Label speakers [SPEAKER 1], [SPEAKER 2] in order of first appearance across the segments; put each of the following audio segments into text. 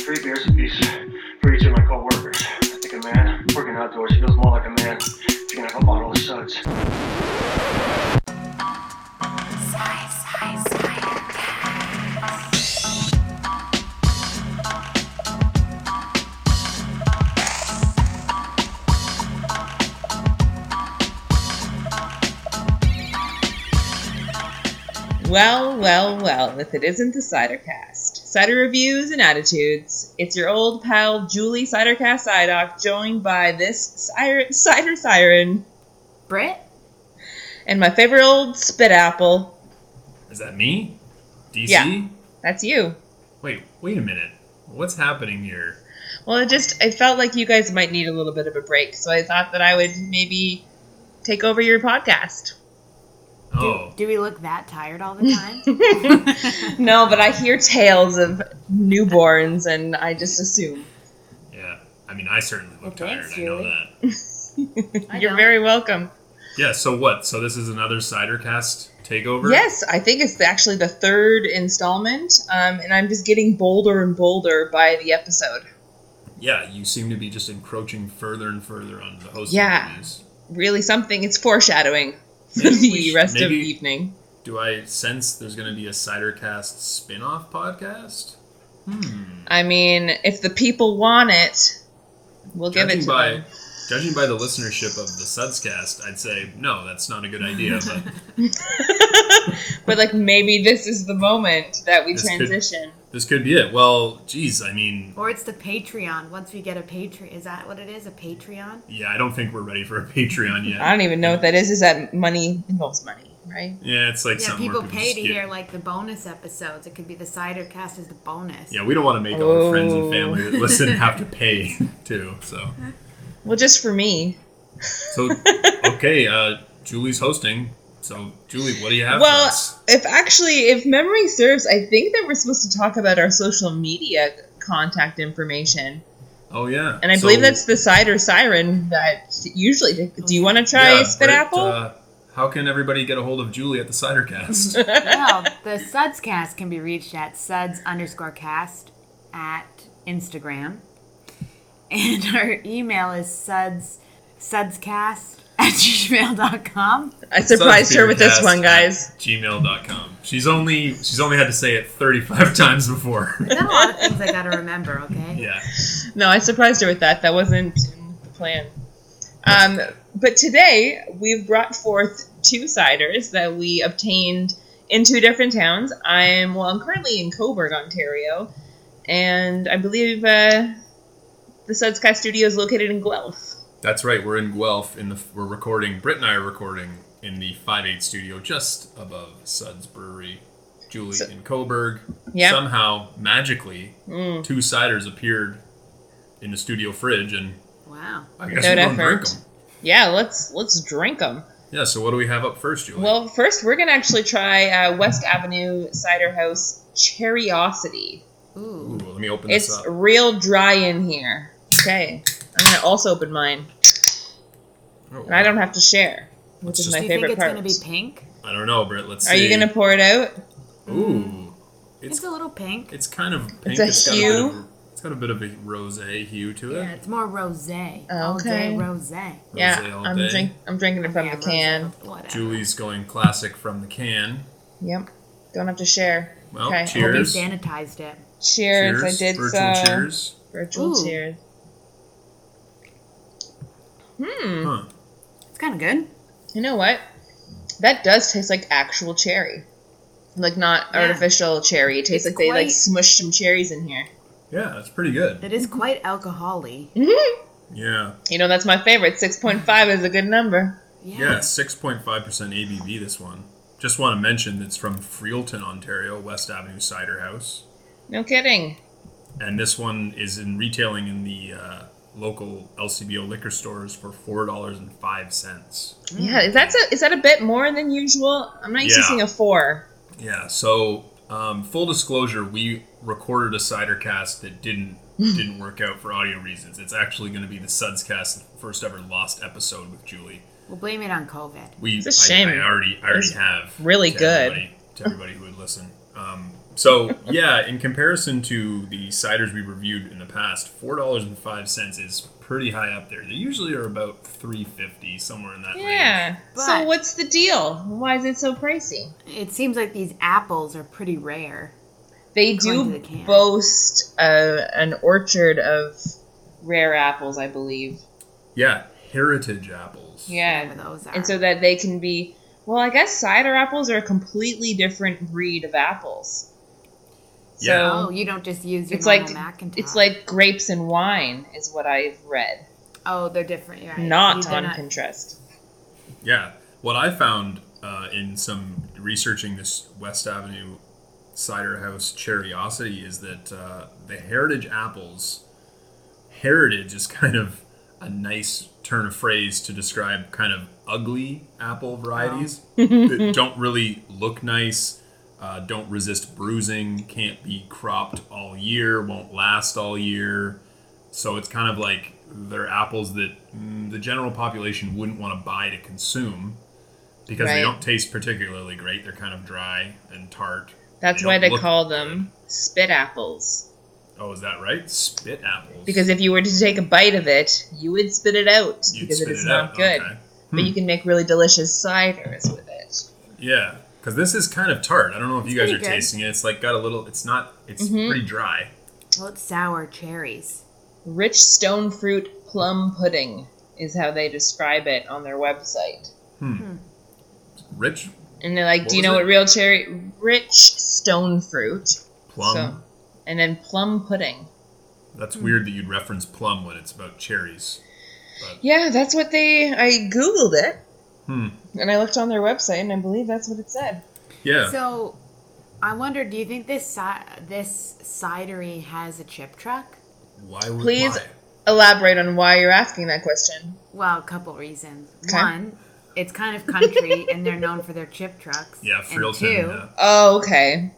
[SPEAKER 1] three beers apiece for each of my coworkers. I think a man working outdoors feels more like a man if you can have a bottle of suds.
[SPEAKER 2] Well, well, well, if it isn't the Cidercast. Cider reviews and attitudes. It's your old pal Julie Cidercast Cidoc, joined by this siren, cider siren
[SPEAKER 3] Brit?
[SPEAKER 2] and my favorite old spit apple.
[SPEAKER 4] Is that me? DC?
[SPEAKER 2] Yeah. That's you.
[SPEAKER 4] Wait, wait a minute. What's happening here?
[SPEAKER 2] Well, it just it felt like you guys might need a little bit of a break, so I thought that I would maybe take over your podcast.
[SPEAKER 3] Do,
[SPEAKER 4] Oh,
[SPEAKER 3] do we look that tired all the time?
[SPEAKER 2] No, but I hear tales of newborns, and I just assume
[SPEAKER 4] yeah. I mean, I certainly look
[SPEAKER 3] Well,
[SPEAKER 4] tired.
[SPEAKER 3] thanks,
[SPEAKER 4] I know
[SPEAKER 3] Julie.
[SPEAKER 4] that.
[SPEAKER 3] I
[SPEAKER 2] you're
[SPEAKER 3] don't.
[SPEAKER 2] very welcome.
[SPEAKER 4] Yeah. So what? So this is another Cidercast takeover.
[SPEAKER 2] Yes, I think it's actually the third installment, um, and I'm just getting bolder and bolder by the episode.
[SPEAKER 4] Yeah. You seem to be just encroaching further and further on the hosting
[SPEAKER 2] Yeah.
[SPEAKER 4] duties.
[SPEAKER 2] Really, something it's foreshadowing for
[SPEAKER 4] Maybe we
[SPEAKER 2] the
[SPEAKER 4] should-
[SPEAKER 2] rest of the
[SPEAKER 4] maybe-
[SPEAKER 2] evening.
[SPEAKER 4] Do I sense there's going to be a Cidercast spin-off podcast? Hmm.
[SPEAKER 2] I mean, if the people want it, we'll give it
[SPEAKER 4] judging
[SPEAKER 2] to
[SPEAKER 4] by
[SPEAKER 2] them.
[SPEAKER 4] judging by the listenership of the Sudscast, I'd say no, that's not a good idea. But
[SPEAKER 2] But like, maybe this is the moment that we
[SPEAKER 4] This could-
[SPEAKER 2] transition.
[SPEAKER 4] this could be it. Well, geez, I mean,
[SPEAKER 3] Or it's the Patreon. Once we get a Patreon. Is that what it is? A Patreon?
[SPEAKER 4] yeah, I don't think we're ready for a Patreon yet.
[SPEAKER 2] I don't even know what that is. Is that money involves money, right?
[SPEAKER 4] Yeah, it's like
[SPEAKER 3] Yeah,
[SPEAKER 4] something
[SPEAKER 3] people
[SPEAKER 4] where
[SPEAKER 3] pay
[SPEAKER 4] just
[SPEAKER 3] to
[SPEAKER 4] get-
[SPEAKER 3] hear like the bonus episodes. It could be the Cidercast is the bonus.
[SPEAKER 4] Yeah, we don't want to make all our friends
[SPEAKER 2] Oh.
[SPEAKER 4] and family that listen have to pay too. So,
[SPEAKER 2] Well, just for me.
[SPEAKER 4] so okay, uh, Julie's hosting. So, Julie, what do you have?
[SPEAKER 2] Well,
[SPEAKER 4] for us?
[SPEAKER 2] if actually, if memory serves, I think that we're supposed to talk about our social media contact information,
[SPEAKER 4] oh yeah,
[SPEAKER 2] and I
[SPEAKER 4] So,
[SPEAKER 2] believe that's the cider siren that usually. Do you want to try
[SPEAKER 4] yeah,
[SPEAKER 2] spit
[SPEAKER 4] Britt,
[SPEAKER 2] apple?
[SPEAKER 4] uh, how can everybody get a hold of Julie at the Cidercast?
[SPEAKER 3] well, the Sudscast can be reached at suds underscore cast at Instagram. And our email is suds sudscast at gmail.com.
[SPEAKER 2] I surprised her with this
[SPEAKER 4] Sudspeedercast
[SPEAKER 2] one, guys.
[SPEAKER 4] at Gmail.com. She's only she's only had to say it 35 times before.
[SPEAKER 3] There's not a lot of things I gotta remember, okay?
[SPEAKER 4] yeah.
[SPEAKER 2] No, I surprised her with that. That wasn't in the plan. Um, but today we've brought forth two ciders that we obtained in two different towns. I'm well, I'm currently in Coburg, Ontario, and I believe uh, the Sudsky Studio is located in Guelph.
[SPEAKER 4] That's right. We're in Guelph. In the we're recording. Britt and I are recording in the 5-8 studio just above Suds Brewery. Julie
[SPEAKER 2] So-
[SPEAKER 4] in Coburg.
[SPEAKER 2] Yep.
[SPEAKER 4] Somehow, magically,
[SPEAKER 2] Mm.
[SPEAKER 4] two ciders appeared in the studio fridge, and
[SPEAKER 3] Wow.
[SPEAKER 4] I guess
[SPEAKER 2] Without
[SPEAKER 4] we don't drink
[SPEAKER 2] effort.
[SPEAKER 4] them.
[SPEAKER 2] Yeah, let's let's drink them.
[SPEAKER 4] Yeah. So what do we have up first, Julie?
[SPEAKER 2] Well, first we're gonna actually try uh, West Avenue Cider House Cherryosity.
[SPEAKER 4] Ooh,
[SPEAKER 3] Ooh.
[SPEAKER 4] let me open
[SPEAKER 2] It's
[SPEAKER 4] this up.
[SPEAKER 2] real dry in here. Okay, I'm gonna also open mine,
[SPEAKER 4] Oh,
[SPEAKER 2] and I don't have to share, which
[SPEAKER 4] It's
[SPEAKER 2] is
[SPEAKER 4] just-
[SPEAKER 2] my
[SPEAKER 3] Do you think
[SPEAKER 2] favorite
[SPEAKER 3] it's
[SPEAKER 2] part.
[SPEAKER 3] gonna be pink?
[SPEAKER 4] I don't know, Britt. Let's
[SPEAKER 2] Are
[SPEAKER 4] see.
[SPEAKER 2] you gonna pour it out?
[SPEAKER 4] Ooh.
[SPEAKER 3] It's,
[SPEAKER 4] It's
[SPEAKER 3] a little pink.
[SPEAKER 4] it's kind of
[SPEAKER 2] a
[SPEAKER 4] pink. got a bit of-
[SPEAKER 2] hue?
[SPEAKER 4] it's got a bit of a rose hue to it.
[SPEAKER 3] Yeah, it's more rosé. All
[SPEAKER 2] Oh, Okay.
[SPEAKER 3] day rosé.
[SPEAKER 2] yeah,
[SPEAKER 4] Rosé all
[SPEAKER 2] I'm
[SPEAKER 4] day.
[SPEAKER 2] drink. I'm drinking it from
[SPEAKER 3] Yeah,
[SPEAKER 2] the
[SPEAKER 3] rosé,
[SPEAKER 2] can.
[SPEAKER 3] Whatever.
[SPEAKER 4] Julie's going classic from the can.
[SPEAKER 2] Yep. Don't have to share.
[SPEAKER 4] Well,
[SPEAKER 2] okay.
[SPEAKER 4] cheers.
[SPEAKER 3] Hope you sanitized it.
[SPEAKER 2] Cheers. I did
[SPEAKER 4] virtual
[SPEAKER 2] so.
[SPEAKER 4] cheers.
[SPEAKER 2] Virtual
[SPEAKER 3] Ooh.
[SPEAKER 2] cheers. Hmm.
[SPEAKER 4] Huh.
[SPEAKER 3] It's kind of good.
[SPEAKER 2] You know what? That does taste like actual cherry, like not
[SPEAKER 3] Yeah.
[SPEAKER 2] artificial cherry. It tastes
[SPEAKER 3] It's
[SPEAKER 2] like they like
[SPEAKER 3] quite-
[SPEAKER 2] smushed some cherries in here.
[SPEAKER 4] Yeah, that's pretty good.
[SPEAKER 3] It is quite alcohol-y.
[SPEAKER 4] Yeah.
[SPEAKER 2] Mm-hmm. You know that's my favorite. Six point five is a good number.
[SPEAKER 3] Yeah.
[SPEAKER 4] Yeah, 6.5% ABV this one. Just want to mention that's from Freelton, Ontario, West Avenue Cider House.
[SPEAKER 2] No kidding.
[SPEAKER 4] And this one is in retailing in the uh, local LCBO liquor stores for $4.05.
[SPEAKER 3] Mm.
[SPEAKER 2] Yeah, is that a, is that a bit more than usual? I'm not used to
[SPEAKER 4] Yeah.
[SPEAKER 2] seeing a four.
[SPEAKER 4] Yeah. So, um, full disclosure, we recorded a cider cast that didn't
[SPEAKER 2] Hmm.
[SPEAKER 4] didn't work out for audio reasons. It's actually going to be the Suds cast, first ever lost episode with Julie.
[SPEAKER 3] We'll blame it on COVID.
[SPEAKER 4] We
[SPEAKER 2] It's a shame.
[SPEAKER 4] I, I already I already
[SPEAKER 2] It's
[SPEAKER 4] have
[SPEAKER 2] really
[SPEAKER 4] to
[SPEAKER 2] good.
[SPEAKER 4] everybody, to everybody who would listen. Um, So yeah, in comparison to the ciders we reviewed in the past, four dollars and five cents is pretty high up there. They usually are about three fifty somewhere in that range.
[SPEAKER 2] Yeah. so
[SPEAKER 3] But-
[SPEAKER 2] what's the deal? Why is it so pricey?
[SPEAKER 3] It seems like these apples are pretty rare.
[SPEAKER 2] They
[SPEAKER 3] According to the
[SPEAKER 2] do
[SPEAKER 3] can.
[SPEAKER 2] boast uh, an orchard of rare apples, I believe.
[SPEAKER 4] Yeah, heritage apples.
[SPEAKER 2] Yeah.
[SPEAKER 3] Whatever those are.
[SPEAKER 2] And so that they can be. Well, I guess cider apples are a completely different breed of apples. So
[SPEAKER 4] Yeah.
[SPEAKER 3] oh, you don't just use your
[SPEAKER 2] It's
[SPEAKER 3] normal
[SPEAKER 2] like-
[SPEAKER 3] Macintosh.
[SPEAKER 2] it's like grapes and wine, is what I've read.
[SPEAKER 3] oh, they're different. You're right.
[SPEAKER 2] Not
[SPEAKER 3] They're
[SPEAKER 2] on Pinterest.
[SPEAKER 4] Yeah. What I found uh, in some researching this West Avenue cider house curiosity is that uh, the heritage apples, heritage is kind of a nice turn of phrase to describe kind of ugly apple varieties that don't really look nice. Uh, don't resist bruising, can't be cropped all year, won't last all year. So it's kind of like they're apples that mm, the general population wouldn't want to buy to consume because they
[SPEAKER 2] Right.
[SPEAKER 4] don't taste particularly great. They're kind of dry and tart.
[SPEAKER 2] That's
[SPEAKER 4] They
[SPEAKER 2] why
[SPEAKER 4] don't
[SPEAKER 2] they
[SPEAKER 4] look
[SPEAKER 2] call them spit apples.
[SPEAKER 4] Oh, is that right? Spit apples.
[SPEAKER 2] Because if you were to take a bite of it, you would spit it out
[SPEAKER 4] You'd
[SPEAKER 2] because it
[SPEAKER 4] spit
[SPEAKER 2] is
[SPEAKER 4] it
[SPEAKER 2] not
[SPEAKER 4] out,
[SPEAKER 2] good.
[SPEAKER 4] okay.
[SPEAKER 2] But you can make really delicious ciders with it.
[SPEAKER 4] Yeah, because this is kind of tart. I don't know if you guys are
[SPEAKER 3] pretty good.
[SPEAKER 4] tasting it. It's like got a little. It's not. It's
[SPEAKER 2] Mhm.
[SPEAKER 4] pretty dry.
[SPEAKER 3] Well, it's sour cherries.
[SPEAKER 2] Rich stone fruit plum pudding is how they describe it on their website.
[SPEAKER 4] Rich
[SPEAKER 2] And they're like,
[SPEAKER 4] What
[SPEAKER 2] "Do you
[SPEAKER 4] was
[SPEAKER 2] know
[SPEAKER 4] it?
[SPEAKER 2] what real cherry? Rich stone fruit."
[SPEAKER 4] plum.
[SPEAKER 2] So, and then plum pudding.
[SPEAKER 4] That's weird that you'd reference plum when it's about cherries.
[SPEAKER 2] Yeah, that's what they. I googled it
[SPEAKER 4] Hmm.
[SPEAKER 2] and I looked on their website, and I believe that's what it said.
[SPEAKER 4] Yeah.
[SPEAKER 3] So, I wonder, do you think this ci- this cidery has a chip truck?
[SPEAKER 4] why would
[SPEAKER 2] Please-
[SPEAKER 4] why?
[SPEAKER 2] Elaborate on why you're asking that question.
[SPEAKER 3] Well, a couple reasons.
[SPEAKER 2] Okay.
[SPEAKER 3] One, it's kind of country, and they're known for their chip trucks.
[SPEAKER 4] Yeah,
[SPEAKER 3] and
[SPEAKER 4] Freelton.
[SPEAKER 3] two,
[SPEAKER 4] uh,
[SPEAKER 2] Oh, okay.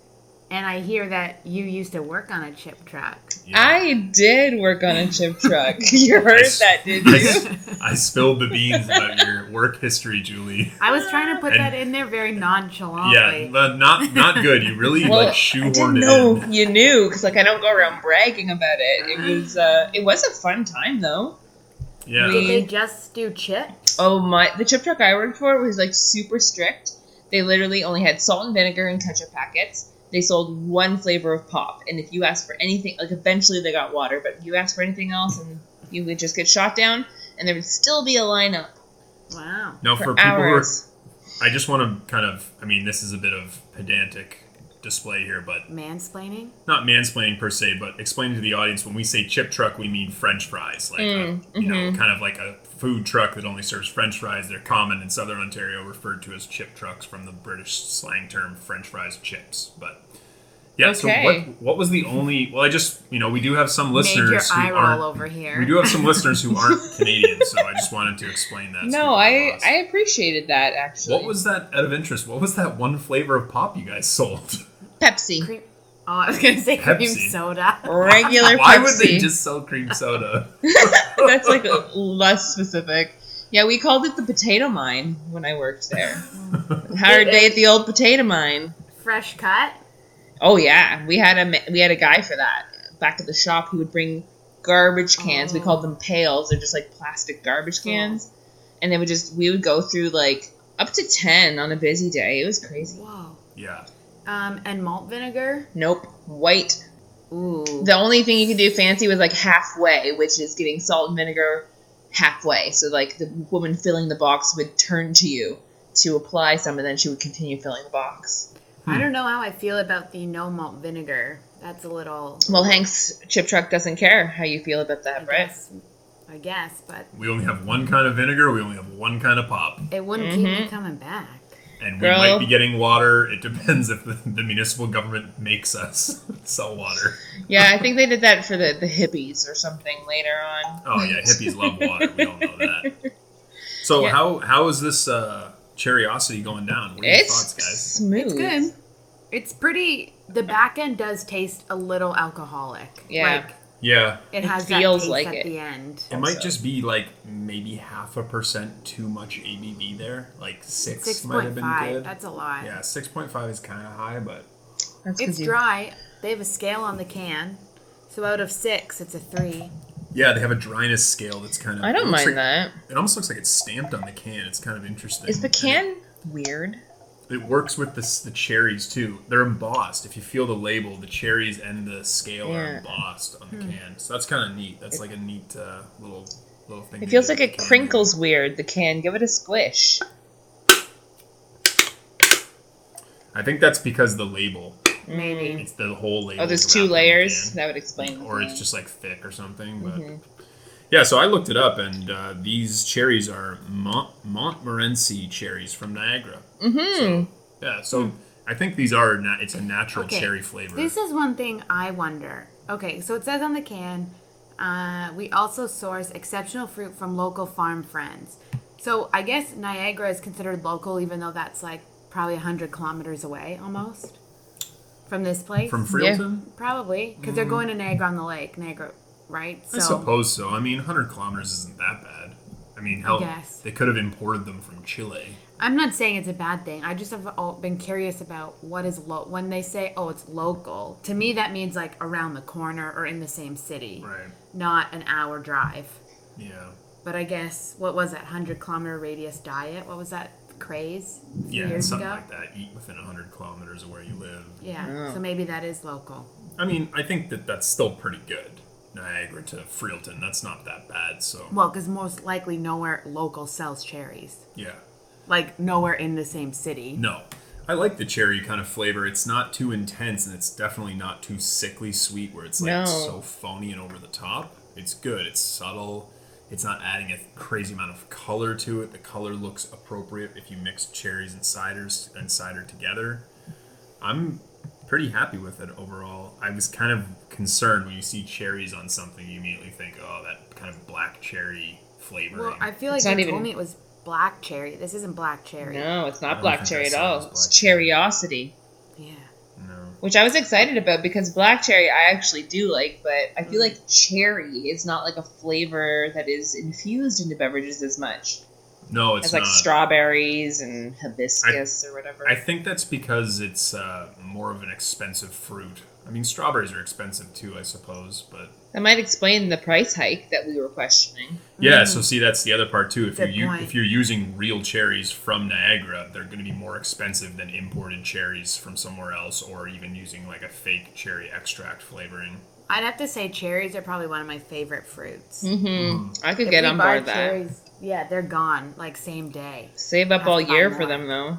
[SPEAKER 3] and I hear that you used to work on a chip truck.
[SPEAKER 4] yeah.
[SPEAKER 2] I did work on a chip truck. you heard
[SPEAKER 4] Nice.
[SPEAKER 2] that, did
[SPEAKER 4] I,
[SPEAKER 2] you?
[SPEAKER 4] s- I spilled the beans about your work history, Julie.
[SPEAKER 3] I was trying to put
[SPEAKER 4] And-
[SPEAKER 3] that in there very nonchalantly.
[SPEAKER 4] Yeah, but not not good. You really
[SPEAKER 2] Well,
[SPEAKER 4] like
[SPEAKER 2] I didn't
[SPEAKER 4] shoehorned
[SPEAKER 2] know
[SPEAKER 4] it in.
[SPEAKER 2] you knew because, like, I don't go around bragging about it. It was, uh, it was a fun time though.
[SPEAKER 4] Yeah.
[SPEAKER 2] we-
[SPEAKER 3] Did they just do chips?
[SPEAKER 2] Oh my! The chip truck I worked for was like super strict. They literally only had salt and vinegar and ketchup packets. They sold one flavor of pop, and if you asked for anything, like eventually they got water, but if you asked for anything else, and you would just get shot down, and there would still be a lineup
[SPEAKER 3] Wow.
[SPEAKER 4] now
[SPEAKER 2] for,
[SPEAKER 4] for people who are
[SPEAKER 2] hours.
[SPEAKER 4] I just want to kind of, I mean, this is a bit of pedantic display here, but
[SPEAKER 3] Mansplaining?
[SPEAKER 4] not mansplaining per se, but explaining to the audience when we say chip truck, we mean French fries, like
[SPEAKER 2] Mm,
[SPEAKER 4] a, you
[SPEAKER 2] mm-hmm.
[SPEAKER 4] know, kind of like a food truck that only serves French fries. They're common in Southern Ontario, referred to as chip trucks from the British slang term French fries chips. But yeah,
[SPEAKER 2] Okay.
[SPEAKER 4] so what what was the only? Well, I just you know we do have some listeners
[SPEAKER 3] Major
[SPEAKER 4] who
[SPEAKER 3] eye
[SPEAKER 4] aren't.
[SPEAKER 3] roll over here.
[SPEAKER 4] We do have some listeners who aren't Canadian, so I just wanted to explain that. to
[SPEAKER 2] No,
[SPEAKER 4] the
[SPEAKER 2] I
[SPEAKER 4] boss.
[SPEAKER 2] I appreciated that actually.
[SPEAKER 4] What was that out of interest? What was that one flavor of pop you guys sold?
[SPEAKER 2] Pepsi?
[SPEAKER 3] Cream- oh, I was going to say cream
[SPEAKER 4] Pepsi.
[SPEAKER 3] soda.
[SPEAKER 2] Regular
[SPEAKER 4] Why
[SPEAKER 2] Pepsi.
[SPEAKER 4] would they just sell cream soda?
[SPEAKER 2] That's like less specific. Yeah, we called it the potato mine when I worked there. Hard day at the old potato mine.
[SPEAKER 3] Fresh cut?
[SPEAKER 2] Oh yeah, we had a ma- we had a guy for that. Back at the shop, he would bring garbage cans. We
[SPEAKER 3] Oh.
[SPEAKER 2] called them pails. They're just like plastic garbage
[SPEAKER 3] Cool.
[SPEAKER 2] cans, and they would just we would go through like up to ten on a busy day. It was crazy.
[SPEAKER 3] Whoa.
[SPEAKER 4] Yeah.
[SPEAKER 3] Um, and malt vinegar?
[SPEAKER 2] Nope, white.
[SPEAKER 3] Ooh.
[SPEAKER 2] The only thing you could do fancy was like halfway, which is getting salt and vinegar halfway. So like the woman filling the box would turn to you to apply some, and then she would continue filling the box.
[SPEAKER 3] I don't know how I feel about the no malt vinegar. That's a little.
[SPEAKER 2] Well, Hank's chip truck doesn't care how you feel about
[SPEAKER 3] I
[SPEAKER 2] that, right?
[SPEAKER 3] guess, I guess, but
[SPEAKER 4] We only have one kind of vinegar, we only have one kind of pop,
[SPEAKER 3] it wouldn't keep me
[SPEAKER 2] Mm-hmm.
[SPEAKER 3] coming back.
[SPEAKER 4] and
[SPEAKER 2] Girl.
[SPEAKER 4] we might be getting water. It depends if the, the municipal government makes us sell water.
[SPEAKER 2] Yeah, I think they did that for the, the hippies or something later on.
[SPEAKER 4] Oh yeah, hippies love water. We all know that. So
[SPEAKER 2] Yeah.
[SPEAKER 4] how how is this uh curiosity going down? What are your
[SPEAKER 2] It's
[SPEAKER 4] thoughts, guys?
[SPEAKER 2] smooth.
[SPEAKER 3] It's good. It's pretty. The back end does taste a little alcoholic.
[SPEAKER 2] Yeah.
[SPEAKER 3] Like,
[SPEAKER 4] Yeah.
[SPEAKER 3] it,
[SPEAKER 2] It
[SPEAKER 3] has
[SPEAKER 2] feels
[SPEAKER 3] that taste
[SPEAKER 2] like
[SPEAKER 3] at
[SPEAKER 2] it.
[SPEAKER 3] the end.
[SPEAKER 4] It might just be like maybe half a percent too much ABV there. Like six,
[SPEAKER 3] Six
[SPEAKER 4] might have
[SPEAKER 3] point
[SPEAKER 4] been
[SPEAKER 3] five.
[SPEAKER 4] good.
[SPEAKER 3] That's a lot.
[SPEAKER 4] Yeah, six point five is kind of high, but
[SPEAKER 2] That's
[SPEAKER 3] It's
[SPEAKER 2] good.
[SPEAKER 3] dry. They have a scale on the can. So out of six, it's a three.
[SPEAKER 4] Yeah, they have a dryness scale that's kind of.
[SPEAKER 2] I
[SPEAKER 4] it
[SPEAKER 2] don't
[SPEAKER 4] looks
[SPEAKER 2] mind
[SPEAKER 4] like-
[SPEAKER 2] that.
[SPEAKER 4] It almost looks like it's stamped on the can. It's kind of interesting.
[SPEAKER 2] Is the
[SPEAKER 4] And it-
[SPEAKER 2] can weird?
[SPEAKER 4] It works with the, s- the cherries too. They're embossed. If you feel the label, the cherries and the scale are
[SPEAKER 2] Yeah. Hmm.
[SPEAKER 4] embossed on the can. So that's kind of neat. That's like a neat uh, little little thing.
[SPEAKER 2] It
[SPEAKER 4] they
[SPEAKER 2] feels
[SPEAKER 4] do
[SPEAKER 2] like
[SPEAKER 4] with
[SPEAKER 2] it
[SPEAKER 4] the can.
[SPEAKER 2] crinkles weird. The can. Give it a squish.
[SPEAKER 4] I think that's because the label.
[SPEAKER 2] Mm.
[SPEAKER 3] Maybe.
[SPEAKER 4] It's the whole label.
[SPEAKER 2] Oh, there's
[SPEAKER 4] is
[SPEAKER 2] two
[SPEAKER 4] wrapped on the
[SPEAKER 2] layers.
[SPEAKER 4] can.
[SPEAKER 2] That would explain. the
[SPEAKER 4] or
[SPEAKER 2] can.
[SPEAKER 4] it's just like thick or something. But
[SPEAKER 3] Mm-hmm.
[SPEAKER 4] yeah, so I looked it up, and uh, these cherries are Mont- Montmorency cherries from Niagara. Mm-hmm. So, yeah, so I think these are na- it's a natural
[SPEAKER 3] Hmm. Okay.
[SPEAKER 4] cherry flavor.
[SPEAKER 3] This is one thing I wonder. Okay, so it says on the can, uh, we also source exceptional fruit from local farm friends. So I guess Niagara is considered local, even though that's like probably 100 kilometers away almost from this place.
[SPEAKER 4] from Freelton,
[SPEAKER 3] Probably, because they're going to Niagara on the Lake, Niagara, right? So
[SPEAKER 4] I suppose so. I mean, 100 kilometers isn't that bad. I mean, hell,
[SPEAKER 3] guess.
[SPEAKER 4] they could have imported them from Chile.
[SPEAKER 3] I'm not saying it's a bad thing. I just have all been curious about what is lo- when they say, "Oh, it's local." To me, that means like around the corner or in the same city,
[SPEAKER 4] Right.
[SPEAKER 3] not an hour drive.
[SPEAKER 4] Yeah.
[SPEAKER 3] But I guess what was that hundred kilometer radius diet? What was that craze? a few
[SPEAKER 4] Yeah,
[SPEAKER 3] years
[SPEAKER 4] something
[SPEAKER 3] ago.
[SPEAKER 4] like that. Eat within 100 kilometers of where you live.
[SPEAKER 3] Yeah. So maybe that is local.
[SPEAKER 4] I mean, I think that that's still pretty good. Niagara to Freelton, that's not that bad. So,
[SPEAKER 3] Well, because most likely nowhere local sells cherries.
[SPEAKER 4] yeah.
[SPEAKER 3] Like nowhere in the same city.
[SPEAKER 4] No. I like the cherry kind of flavor. It's not too intense and it's definitely not too sickly sweet where it's like
[SPEAKER 2] No.
[SPEAKER 4] so phony and over the top. It's good. It's subtle. It's not adding a crazy amount of color to it. The color looks appropriate if you mix cherries and ciders and cider together. I'm pretty happy with it overall. I was kind of concerned when you see cherries on something, you immediately think, oh, that kind of black cherry flavor.
[SPEAKER 3] Well, I feel like
[SPEAKER 2] It's
[SPEAKER 3] you
[SPEAKER 2] not even-
[SPEAKER 3] told me it was black cherry. This isn't black cherry.
[SPEAKER 2] No, it's
[SPEAKER 4] I
[SPEAKER 2] not
[SPEAKER 4] don't
[SPEAKER 2] black
[SPEAKER 4] think
[SPEAKER 2] cherry at
[SPEAKER 4] that
[SPEAKER 2] all.
[SPEAKER 4] sounds
[SPEAKER 2] It's
[SPEAKER 4] black cherry.
[SPEAKER 2] cherryosity,
[SPEAKER 3] Yeah.
[SPEAKER 4] no.
[SPEAKER 2] which I was excited about because black cherry I actually do like, but I
[SPEAKER 3] Mm.
[SPEAKER 2] feel like cherry is not like a flavor that is infused into beverages as much
[SPEAKER 4] No, it's
[SPEAKER 2] as like
[SPEAKER 4] not.
[SPEAKER 2] strawberries and hibiscus or whatever.
[SPEAKER 4] I think that's because it's uh, more of an expensive fruit. I mean, strawberries are expensive too, I suppose, but
[SPEAKER 2] that might explain the price hike that we were questioning.
[SPEAKER 4] yeah. So see, that's the other part too. If
[SPEAKER 3] Mm. Good
[SPEAKER 4] you
[SPEAKER 3] point.
[SPEAKER 4] if you're using real cherries from Niagara, they're going to be more expensive than imported cherries from somewhere else, or even using like a fake cherry extract flavoring.
[SPEAKER 3] I'd have to say cherries are probably one of my favorite fruits.
[SPEAKER 2] hmm I could
[SPEAKER 3] If
[SPEAKER 2] get
[SPEAKER 3] we
[SPEAKER 2] on
[SPEAKER 3] buy
[SPEAKER 2] board that.
[SPEAKER 3] cherries, Yeah, they're gone like same day.
[SPEAKER 2] Save up
[SPEAKER 3] Have
[SPEAKER 2] all
[SPEAKER 3] fun
[SPEAKER 2] year
[SPEAKER 3] with
[SPEAKER 2] for
[SPEAKER 3] that.
[SPEAKER 2] them though.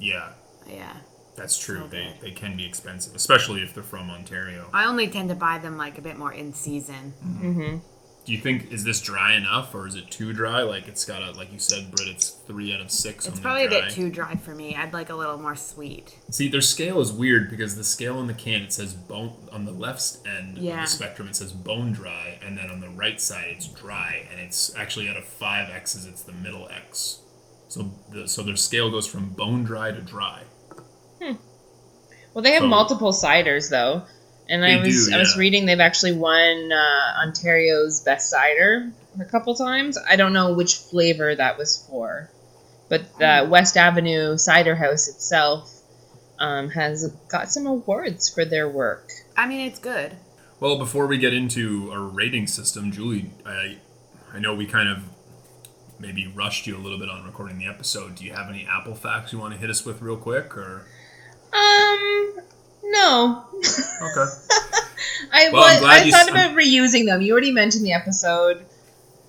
[SPEAKER 4] Yeah,
[SPEAKER 3] Yeah.
[SPEAKER 4] that's true. They
[SPEAKER 3] Okay.
[SPEAKER 4] they can be expensive, especially if they're from Ontario.
[SPEAKER 3] I only tend to buy them like a bit more in season.
[SPEAKER 2] hmm
[SPEAKER 4] Do you think is this dry enough, or is it too dry? Like it's got a like you said, Britt. It's three out of six.
[SPEAKER 3] It's
[SPEAKER 4] on
[SPEAKER 3] probably
[SPEAKER 4] the
[SPEAKER 3] a
[SPEAKER 4] dry.
[SPEAKER 3] bit too dry for me. I'd like a little more sweet.
[SPEAKER 4] See, their scale is weird because the scale on the can it says bone on the left end of
[SPEAKER 3] Yeah.
[SPEAKER 4] the spectrum it says bone dry, and then on the right side it's dry, and it's actually out of five X's it's the middle X. So the, so their scale goes from bone dry to dry.
[SPEAKER 2] Well, they have
[SPEAKER 4] So-
[SPEAKER 2] multiple ciders though, and I
[SPEAKER 4] They
[SPEAKER 2] was
[SPEAKER 4] do,
[SPEAKER 2] I was
[SPEAKER 4] yeah.
[SPEAKER 2] reading they've actually won uh, Ontario's best cider a couple times. I don't know which flavor that was for, but
[SPEAKER 4] Hmm.
[SPEAKER 2] the West Avenue Cider House itself um, has got some awards for their work.
[SPEAKER 3] I mean, it's good.
[SPEAKER 4] Well, before we get into our rating system, Julie, I I know we kind of maybe rushed you a little bit on recording the episode. Do you have any Apple facts you want to hit us with real quick, or
[SPEAKER 2] Um, no,
[SPEAKER 4] okay?
[SPEAKER 2] I
[SPEAKER 4] Well, I'm
[SPEAKER 2] was,
[SPEAKER 4] glad
[SPEAKER 2] I
[SPEAKER 4] you
[SPEAKER 2] thought
[SPEAKER 4] s-
[SPEAKER 2] about reusing them. You already mentioned the episode.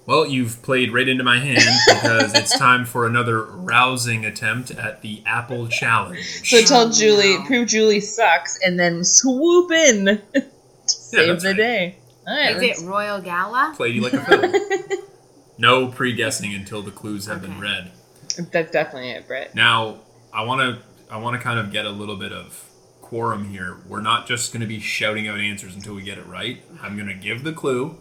[SPEAKER 4] Well, you've played right into my hand because it's time for another rousing attempt at the Apple Challenge.
[SPEAKER 2] So tell
[SPEAKER 3] Oh,
[SPEAKER 2] Julie,
[SPEAKER 3] no.
[SPEAKER 2] prove Julie sucks, and then swoop in, to save
[SPEAKER 4] that's
[SPEAKER 2] the
[SPEAKER 4] right.
[SPEAKER 2] day. All right,
[SPEAKER 3] Is
[SPEAKER 2] let's-
[SPEAKER 3] it Royal Gala?
[SPEAKER 4] Play you like a fiddle. No pre guessing until the clues have been
[SPEAKER 3] Okay.
[SPEAKER 4] read.
[SPEAKER 2] That's definitely it, Brett.
[SPEAKER 4] Now, I want to I want to kind of get a little bit of quorum here. We're not just going to be shouting out answers until we get it right. I'm going to give the clue,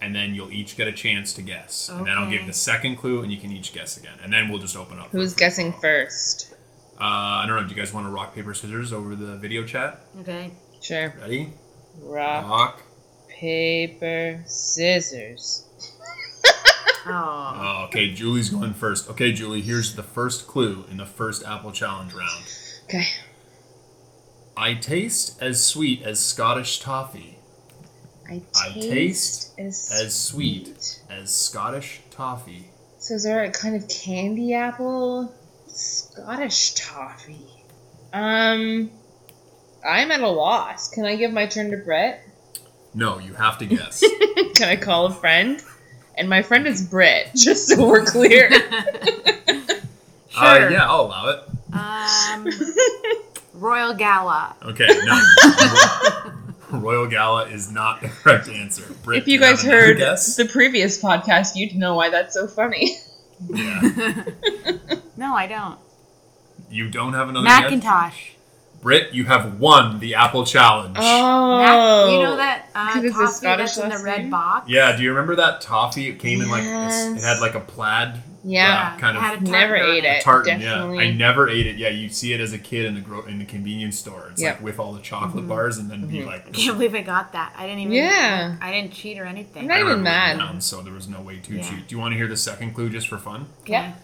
[SPEAKER 4] and then you'll each get a chance to guess. And then I'll give
[SPEAKER 3] Okay.
[SPEAKER 4] the second clue, and you can each guess again. And then we'll just open up. for
[SPEAKER 2] Who's
[SPEAKER 4] free for
[SPEAKER 2] guessing
[SPEAKER 4] all.
[SPEAKER 2] first?
[SPEAKER 4] Uh, I don't know. Do you guys want to rock paper scissors over the video chat?
[SPEAKER 3] Okay.
[SPEAKER 2] Sure.
[SPEAKER 4] Ready?
[SPEAKER 2] Rock,
[SPEAKER 4] Rock.
[SPEAKER 2] paper, scissors.
[SPEAKER 3] Oh.
[SPEAKER 4] Oh, okay, Julie's going first. Okay, Julie, here's the first clue in the first Apple Challenge round.
[SPEAKER 2] Okay.
[SPEAKER 4] I taste as sweet as Scottish toffee,
[SPEAKER 2] I
[SPEAKER 4] I
[SPEAKER 2] taste,
[SPEAKER 4] taste
[SPEAKER 2] as,
[SPEAKER 4] as sweet as Scottish toffee.
[SPEAKER 2] So is there a kind of candy apple Scottish toffee? Um, I'm at a loss. Can I give my turn to Britt?
[SPEAKER 4] No, you have to guess.
[SPEAKER 2] Can I call a friend? And my friend is Britt, just so we're clear.
[SPEAKER 4] uh,
[SPEAKER 3] Oh. Sure.
[SPEAKER 4] yeah, I'll allow it.
[SPEAKER 3] Um, Royal Gala.
[SPEAKER 4] Okay, no. Royal Gala is not the correct answer. Brit,
[SPEAKER 2] if you
[SPEAKER 4] do have
[SPEAKER 2] guys
[SPEAKER 4] another
[SPEAKER 2] heard
[SPEAKER 4] guess?
[SPEAKER 2] the previous podcast, you'd know why that's so funny.
[SPEAKER 4] yeah,
[SPEAKER 3] No, I don't.
[SPEAKER 4] you don't have another guess.
[SPEAKER 3] Macintosh.
[SPEAKER 4] Brit, you have won the Apple Challenge.
[SPEAKER 2] Oh,
[SPEAKER 3] Mac- you know that uh,
[SPEAKER 2] 'Cause it's Oh. a
[SPEAKER 3] coffee
[SPEAKER 2] Scottish
[SPEAKER 3] that's in the
[SPEAKER 2] last
[SPEAKER 3] red
[SPEAKER 2] name?
[SPEAKER 3] box?
[SPEAKER 4] Yeah, do you remember that toffee? It came in like this,
[SPEAKER 2] Yes.
[SPEAKER 4] it had like a plaid
[SPEAKER 2] Oh. Yeah,
[SPEAKER 4] uh, kind
[SPEAKER 3] it
[SPEAKER 4] of
[SPEAKER 3] had a
[SPEAKER 2] never
[SPEAKER 3] tartar on
[SPEAKER 2] ate it.
[SPEAKER 4] tartan.
[SPEAKER 2] definitely.
[SPEAKER 4] Yeah, I never ate it. Yeah, you see it as a kid in the gro- in the convenience store. It's
[SPEAKER 2] Yep. Mm-hmm.
[SPEAKER 4] like with all the chocolate bars, and then be like,
[SPEAKER 3] I can't believe I got that. I didn't even.
[SPEAKER 2] Yeah.
[SPEAKER 3] I didn't cheat or anything.
[SPEAKER 2] I'm not even
[SPEAKER 4] Everyone
[SPEAKER 2] mad.
[SPEAKER 4] down, so there was no way to
[SPEAKER 3] Yeah.
[SPEAKER 4] cheat. Do you want to hear the second clue just for fun?
[SPEAKER 2] Yeah.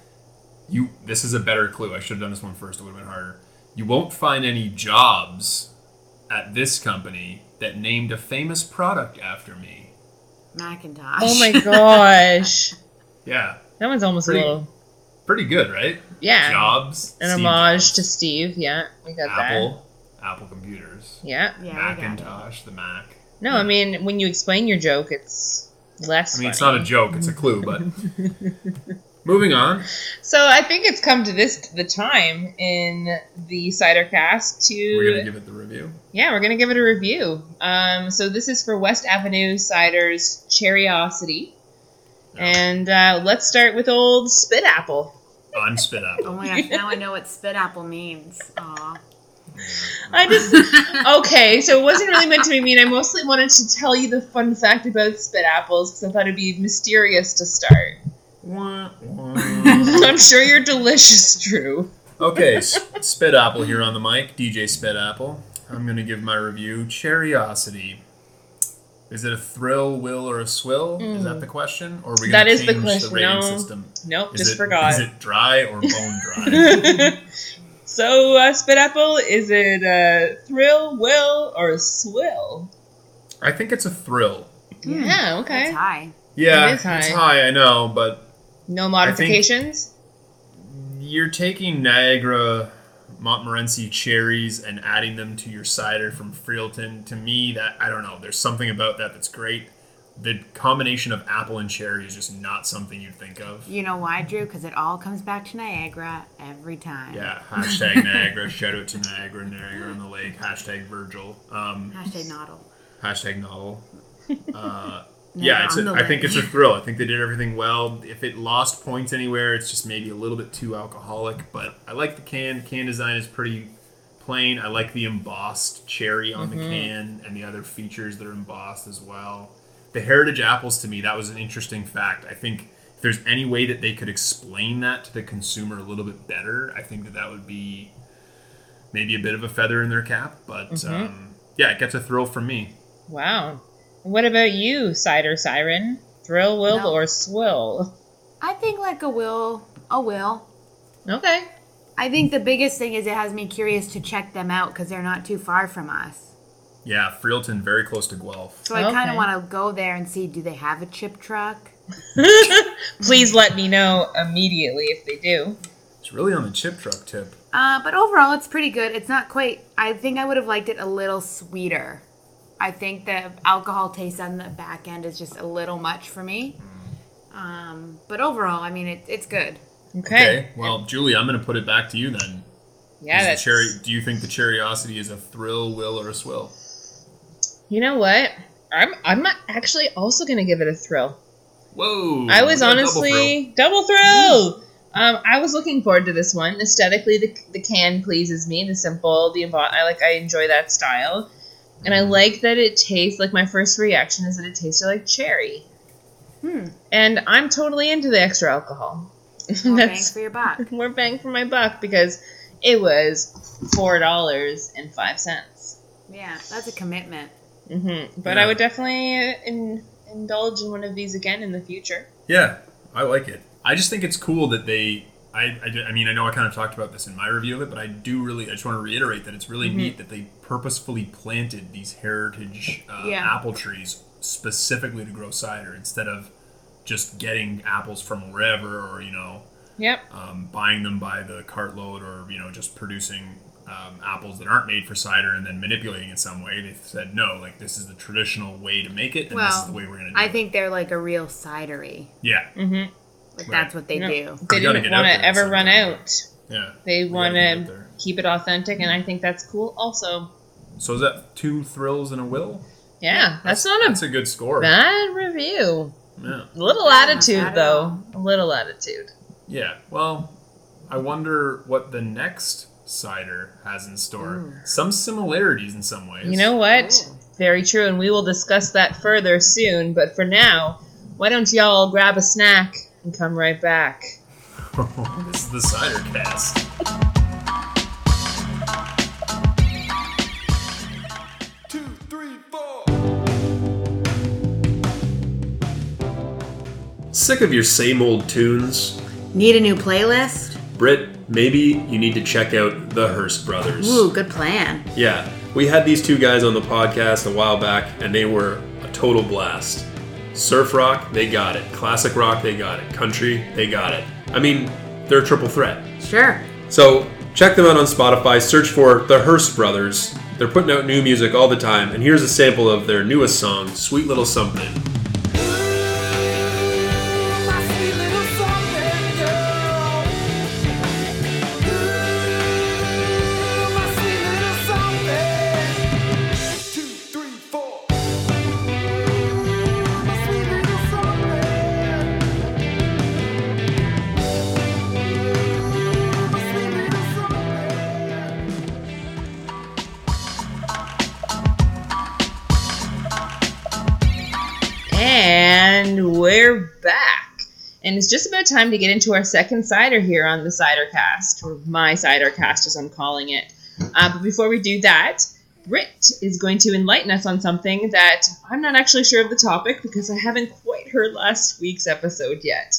[SPEAKER 4] You. This is a better clue. I should have done this one first. It would have been harder. You won't find any jobs at this company that named a famous product after me.
[SPEAKER 3] Macintosh.
[SPEAKER 2] Oh my gosh.
[SPEAKER 4] Yeah,
[SPEAKER 2] That one's almost
[SPEAKER 4] Pretty-
[SPEAKER 2] a little.
[SPEAKER 4] pretty good, right?
[SPEAKER 2] Yeah.
[SPEAKER 4] Jobs.
[SPEAKER 2] An
[SPEAKER 4] Steve
[SPEAKER 2] homage
[SPEAKER 4] Jobs,
[SPEAKER 2] to Steve. Yeah, we got that.
[SPEAKER 4] Apple. Apple computers.
[SPEAKER 2] Yeah.
[SPEAKER 3] Yeah, I got it.
[SPEAKER 4] Macintosh, the Mac.
[SPEAKER 2] No, I mean, when you explain your joke, it's less.
[SPEAKER 4] I mean, it's
[SPEAKER 2] funny.
[SPEAKER 4] not a joke; it's a clue. But moving on.
[SPEAKER 2] So I think it's come to this the time in the Cidercast to
[SPEAKER 4] We're gonna give it the review.
[SPEAKER 2] yeah, we're gonna give it a review. Um, so this is for West Avenue Cider's Cheriosity, and uh, let's start with old Spit Apple.
[SPEAKER 4] On spit up.
[SPEAKER 3] Oh my gosh, now I know what spit apple means. Aw.
[SPEAKER 2] I just okay. So it wasn't really meant to be mean. I mostly wanted to tell you the fun fact about spit apples because I thought it'd be mysterious to start. I'm sure you're delicious, Drew.
[SPEAKER 4] okay, s- spit apple here on the mic. DJ spit apple. I'm gonna give my review. Cheriosity. Is it a thrill, will, or a swill? Is that the question, or are we
[SPEAKER 2] Mm.
[SPEAKER 4] gonna
[SPEAKER 2] That is
[SPEAKER 4] change
[SPEAKER 2] the question,
[SPEAKER 4] rating
[SPEAKER 2] no.
[SPEAKER 4] system?
[SPEAKER 2] Nope,
[SPEAKER 4] Is
[SPEAKER 2] just
[SPEAKER 4] it,
[SPEAKER 2] forgot.
[SPEAKER 4] Is it dry or bone dry?
[SPEAKER 2] so uh, spit apple is it a thrill, will, or a swill?
[SPEAKER 4] I think it's a thrill.
[SPEAKER 2] Yeah.
[SPEAKER 3] Hmm, That's
[SPEAKER 2] Okay.
[SPEAKER 3] high.
[SPEAKER 4] Yeah,
[SPEAKER 2] It is high.
[SPEAKER 4] it's high. I know, but
[SPEAKER 2] No
[SPEAKER 4] I think-
[SPEAKER 2] modifications.
[SPEAKER 4] You're taking Niagara Montmorency cherries and adding them to your cider from Freelton. To me, that I don't know. There's something about that that's great. The combination of apple and cherry is just not something you'd think of.
[SPEAKER 3] You know why, Drew? Because it all comes back to Niagara every time.
[SPEAKER 4] Yeah. Hashtag Niagara. Shout out to Niagara, Niagara on the Lake. Hashtag Virgil. Um,
[SPEAKER 3] Hashtag noddle.
[SPEAKER 4] hashtag novel. Uh, yeah, it's
[SPEAKER 3] on
[SPEAKER 4] a,
[SPEAKER 3] the
[SPEAKER 4] I think
[SPEAKER 3] lake.
[SPEAKER 4] it's a thrill. I think they did everything well. If it lost points anywhere, it's just maybe a little bit too alcoholic. But I like the can. The can design is pretty plain. I like the embossed cherry on the can and the other features that are embossed as well. The heritage apples to me, that was an interesting fact. I think if there's any way that they could explain that to the consumer a little bit better, I think that that would be maybe a bit of a feather in their cap. But um, yeah, it gets a thrill from me.
[SPEAKER 2] Wow. What about you, cider siren? Thrill, will,
[SPEAKER 3] No.
[SPEAKER 2] or swill?
[SPEAKER 3] I think like a will, a will.
[SPEAKER 2] Okay.
[SPEAKER 3] I think the biggest thing is it has me curious to check them out because they're not too far from us.
[SPEAKER 4] Yeah, Freelton, very close to Guelph.
[SPEAKER 3] So I kind
[SPEAKER 2] Okay.
[SPEAKER 3] of want to go there and see do they have a chip truck?
[SPEAKER 2] Please let me know immediately if they do.
[SPEAKER 4] It's really on the chip truck tip.
[SPEAKER 3] Uh, but overall, it's pretty good. It's not quite. I think I would have liked it a little sweeter. I think the alcohol taste on the back end is just a little much for me. Um, but overall, I mean, it, it's good.
[SPEAKER 2] Okay.
[SPEAKER 4] Well, Julie, I'm going to put it back to you then.
[SPEAKER 2] Yeah,
[SPEAKER 4] is the
[SPEAKER 2] that's
[SPEAKER 4] cherry, do you think the curiosity is a thrill, will, or a swill?
[SPEAKER 2] You know what? I'm I'm actually also gonna give it a thrill.
[SPEAKER 4] Whoa!
[SPEAKER 2] I was
[SPEAKER 4] we got a double
[SPEAKER 2] honestly double thrill. Um, I was looking forward to this one. Aesthetically, the, the can pleases me. The simple, the embo- I like. I enjoy that style, and I like that it tastes like. My first reaction is that it tasted like cherry,
[SPEAKER 3] Hmm.
[SPEAKER 2] and I'm totally into the extra alcohol.
[SPEAKER 3] More bang
[SPEAKER 2] That's
[SPEAKER 3] for your buck.
[SPEAKER 2] more bang for my buck because it was four dollars and five cents.
[SPEAKER 3] Yeah, that's a commitment.
[SPEAKER 2] hmm But
[SPEAKER 4] Yeah.
[SPEAKER 2] I would definitely uh, in, indulge in one of these again in the future.
[SPEAKER 4] Yeah, I like it. I just think it's cool that they I, I, did- I mean, I know I kind of talked about this in my review of it, but I do really, I just want to reiterate that it's really
[SPEAKER 2] Mm-hmm.
[SPEAKER 4] neat that they purposefully planted these heritage uh,
[SPEAKER 3] Yeah.
[SPEAKER 4] apple trees specifically to grow cider instead of just getting apples from wherever or, you know,
[SPEAKER 2] Yep.
[SPEAKER 4] um, buying them by the cartload or, you know, just producing um, apples that aren't made for cider and then manipulating it some way. They said, no, like, this is the traditional way to make it and this is
[SPEAKER 3] Well,
[SPEAKER 4] the way we're going to do
[SPEAKER 3] I
[SPEAKER 4] it.
[SPEAKER 3] think they're like a real cidery.
[SPEAKER 4] Yeah.
[SPEAKER 2] Mm-hmm.
[SPEAKER 3] Like
[SPEAKER 4] Right.
[SPEAKER 3] that's what they
[SPEAKER 2] No.
[SPEAKER 3] do.
[SPEAKER 2] They
[SPEAKER 4] We gotta
[SPEAKER 2] didn't
[SPEAKER 4] get out
[SPEAKER 2] want to
[SPEAKER 4] there
[SPEAKER 2] ever
[SPEAKER 4] sometime.
[SPEAKER 2] run out.
[SPEAKER 4] Yeah.
[SPEAKER 2] They
[SPEAKER 4] We gotta
[SPEAKER 2] want
[SPEAKER 4] get out
[SPEAKER 2] to
[SPEAKER 4] there.
[SPEAKER 2] keep it authentic, and I think that's cool. Also,
[SPEAKER 4] So is that two thrills and a will?
[SPEAKER 2] yeah, that's not
[SPEAKER 4] That's
[SPEAKER 2] a
[SPEAKER 4] a good score.
[SPEAKER 2] bad review.
[SPEAKER 4] Yeah.
[SPEAKER 2] Little
[SPEAKER 3] Yeah, not
[SPEAKER 2] attitude,
[SPEAKER 3] bad at
[SPEAKER 2] though.
[SPEAKER 3] all.
[SPEAKER 2] A little attitude.
[SPEAKER 4] Yeah. Well, I wonder what the next cider has in store.
[SPEAKER 3] Ooh.
[SPEAKER 4] Some similarities in some ways.
[SPEAKER 2] You know what?
[SPEAKER 3] Ooh.
[SPEAKER 2] Very true, and we will discuss that further soon. But for now, why don't y'all grab a snack and come right back?
[SPEAKER 4] this is the cider cast.
[SPEAKER 5] two, three, four.
[SPEAKER 6] Sick of your same old tunes?
[SPEAKER 3] Need a new playlist?
[SPEAKER 6] Britt, maybe you need to check out the Hearst Brothers.
[SPEAKER 3] Ooh, good plan.
[SPEAKER 6] Yeah, we had these two guys on the podcast a while back, and they were a total blast. Surf rock, they got it. Classic rock, they got it. Country, they got it. I mean, they're a triple threat.
[SPEAKER 3] Sure.
[SPEAKER 6] So check them out on Spotify. Search for the Hearst Brothers. They're putting out new music all the time, and here's a sample of their newest song, "Sweet Little Something."
[SPEAKER 5] Two, three, four.
[SPEAKER 2] And we're back. And it's just about time to get into our second cider here on the Cider Cast, or my Cider Cast as I'm calling it. Uh, but before we do that, Britt is going to enlighten us on something that I'm not actually sure of the topic because I haven't quite heard last week's episode yet.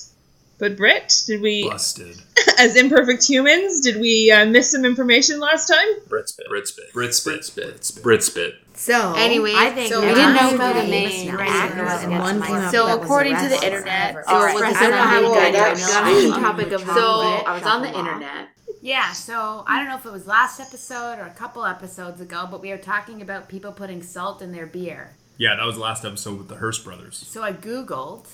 [SPEAKER 2] But Britt, did we,
[SPEAKER 6] Busted.
[SPEAKER 2] as imperfect humans, did we uh, miss some information last time?
[SPEAKER 6] Britspit. Britspit. Britspit. Britspit.
[SPEAKER 7] So
[SPEAKER 3] Anyway,
[SPEAKER 7] I think
[SPEAKER 3] so
[SPEAKER 7] we
[SPEAKER 3] I
[SPEAKER 7] didn't
[SPEAKER 3] didn't
[SPEAKER 7] know about
[SPEAKER 3] know
[SPEAKER 7] a
[SPEAKER 3] the
[SPEAKER 7] name.
[SPEAKER 3] name.
[SPEAKER 7] So according to the internet, so it was
[SPEAKER 3] Alright,
[SPEAKER 7] I
[SPEAKER 3] I
[SPEAKER 7] don't
[SPEAKER 3] don't
[SPEAKER 7] know
[SPEAKER 3] know
[SPEAKER 7] how
[SPEAKER 3] how
[SPEAKER 7] we
[SPEAKER 3] good
[SPEAKER 7] got
[SPEAKER 3] I
[SPEAKER 7] got
[SPEAKER 3] know.
[SPEAKER 7] on the topic of
[SPEAKER 3] Chocolate,
[SPEAKER 7] so I was on the
[SPEAKER 3] chocolate.
[SPEAKER 7] internet.
[SPEAKER 3] Yeah, so I don't know if it was last episode or a couple episodes ago, but we were talking about people putting salt in their beer.
[SPEAKER 4] Yeah, that was the last episode with the Hearst brothers.
[SPEAKER 3] So I Googled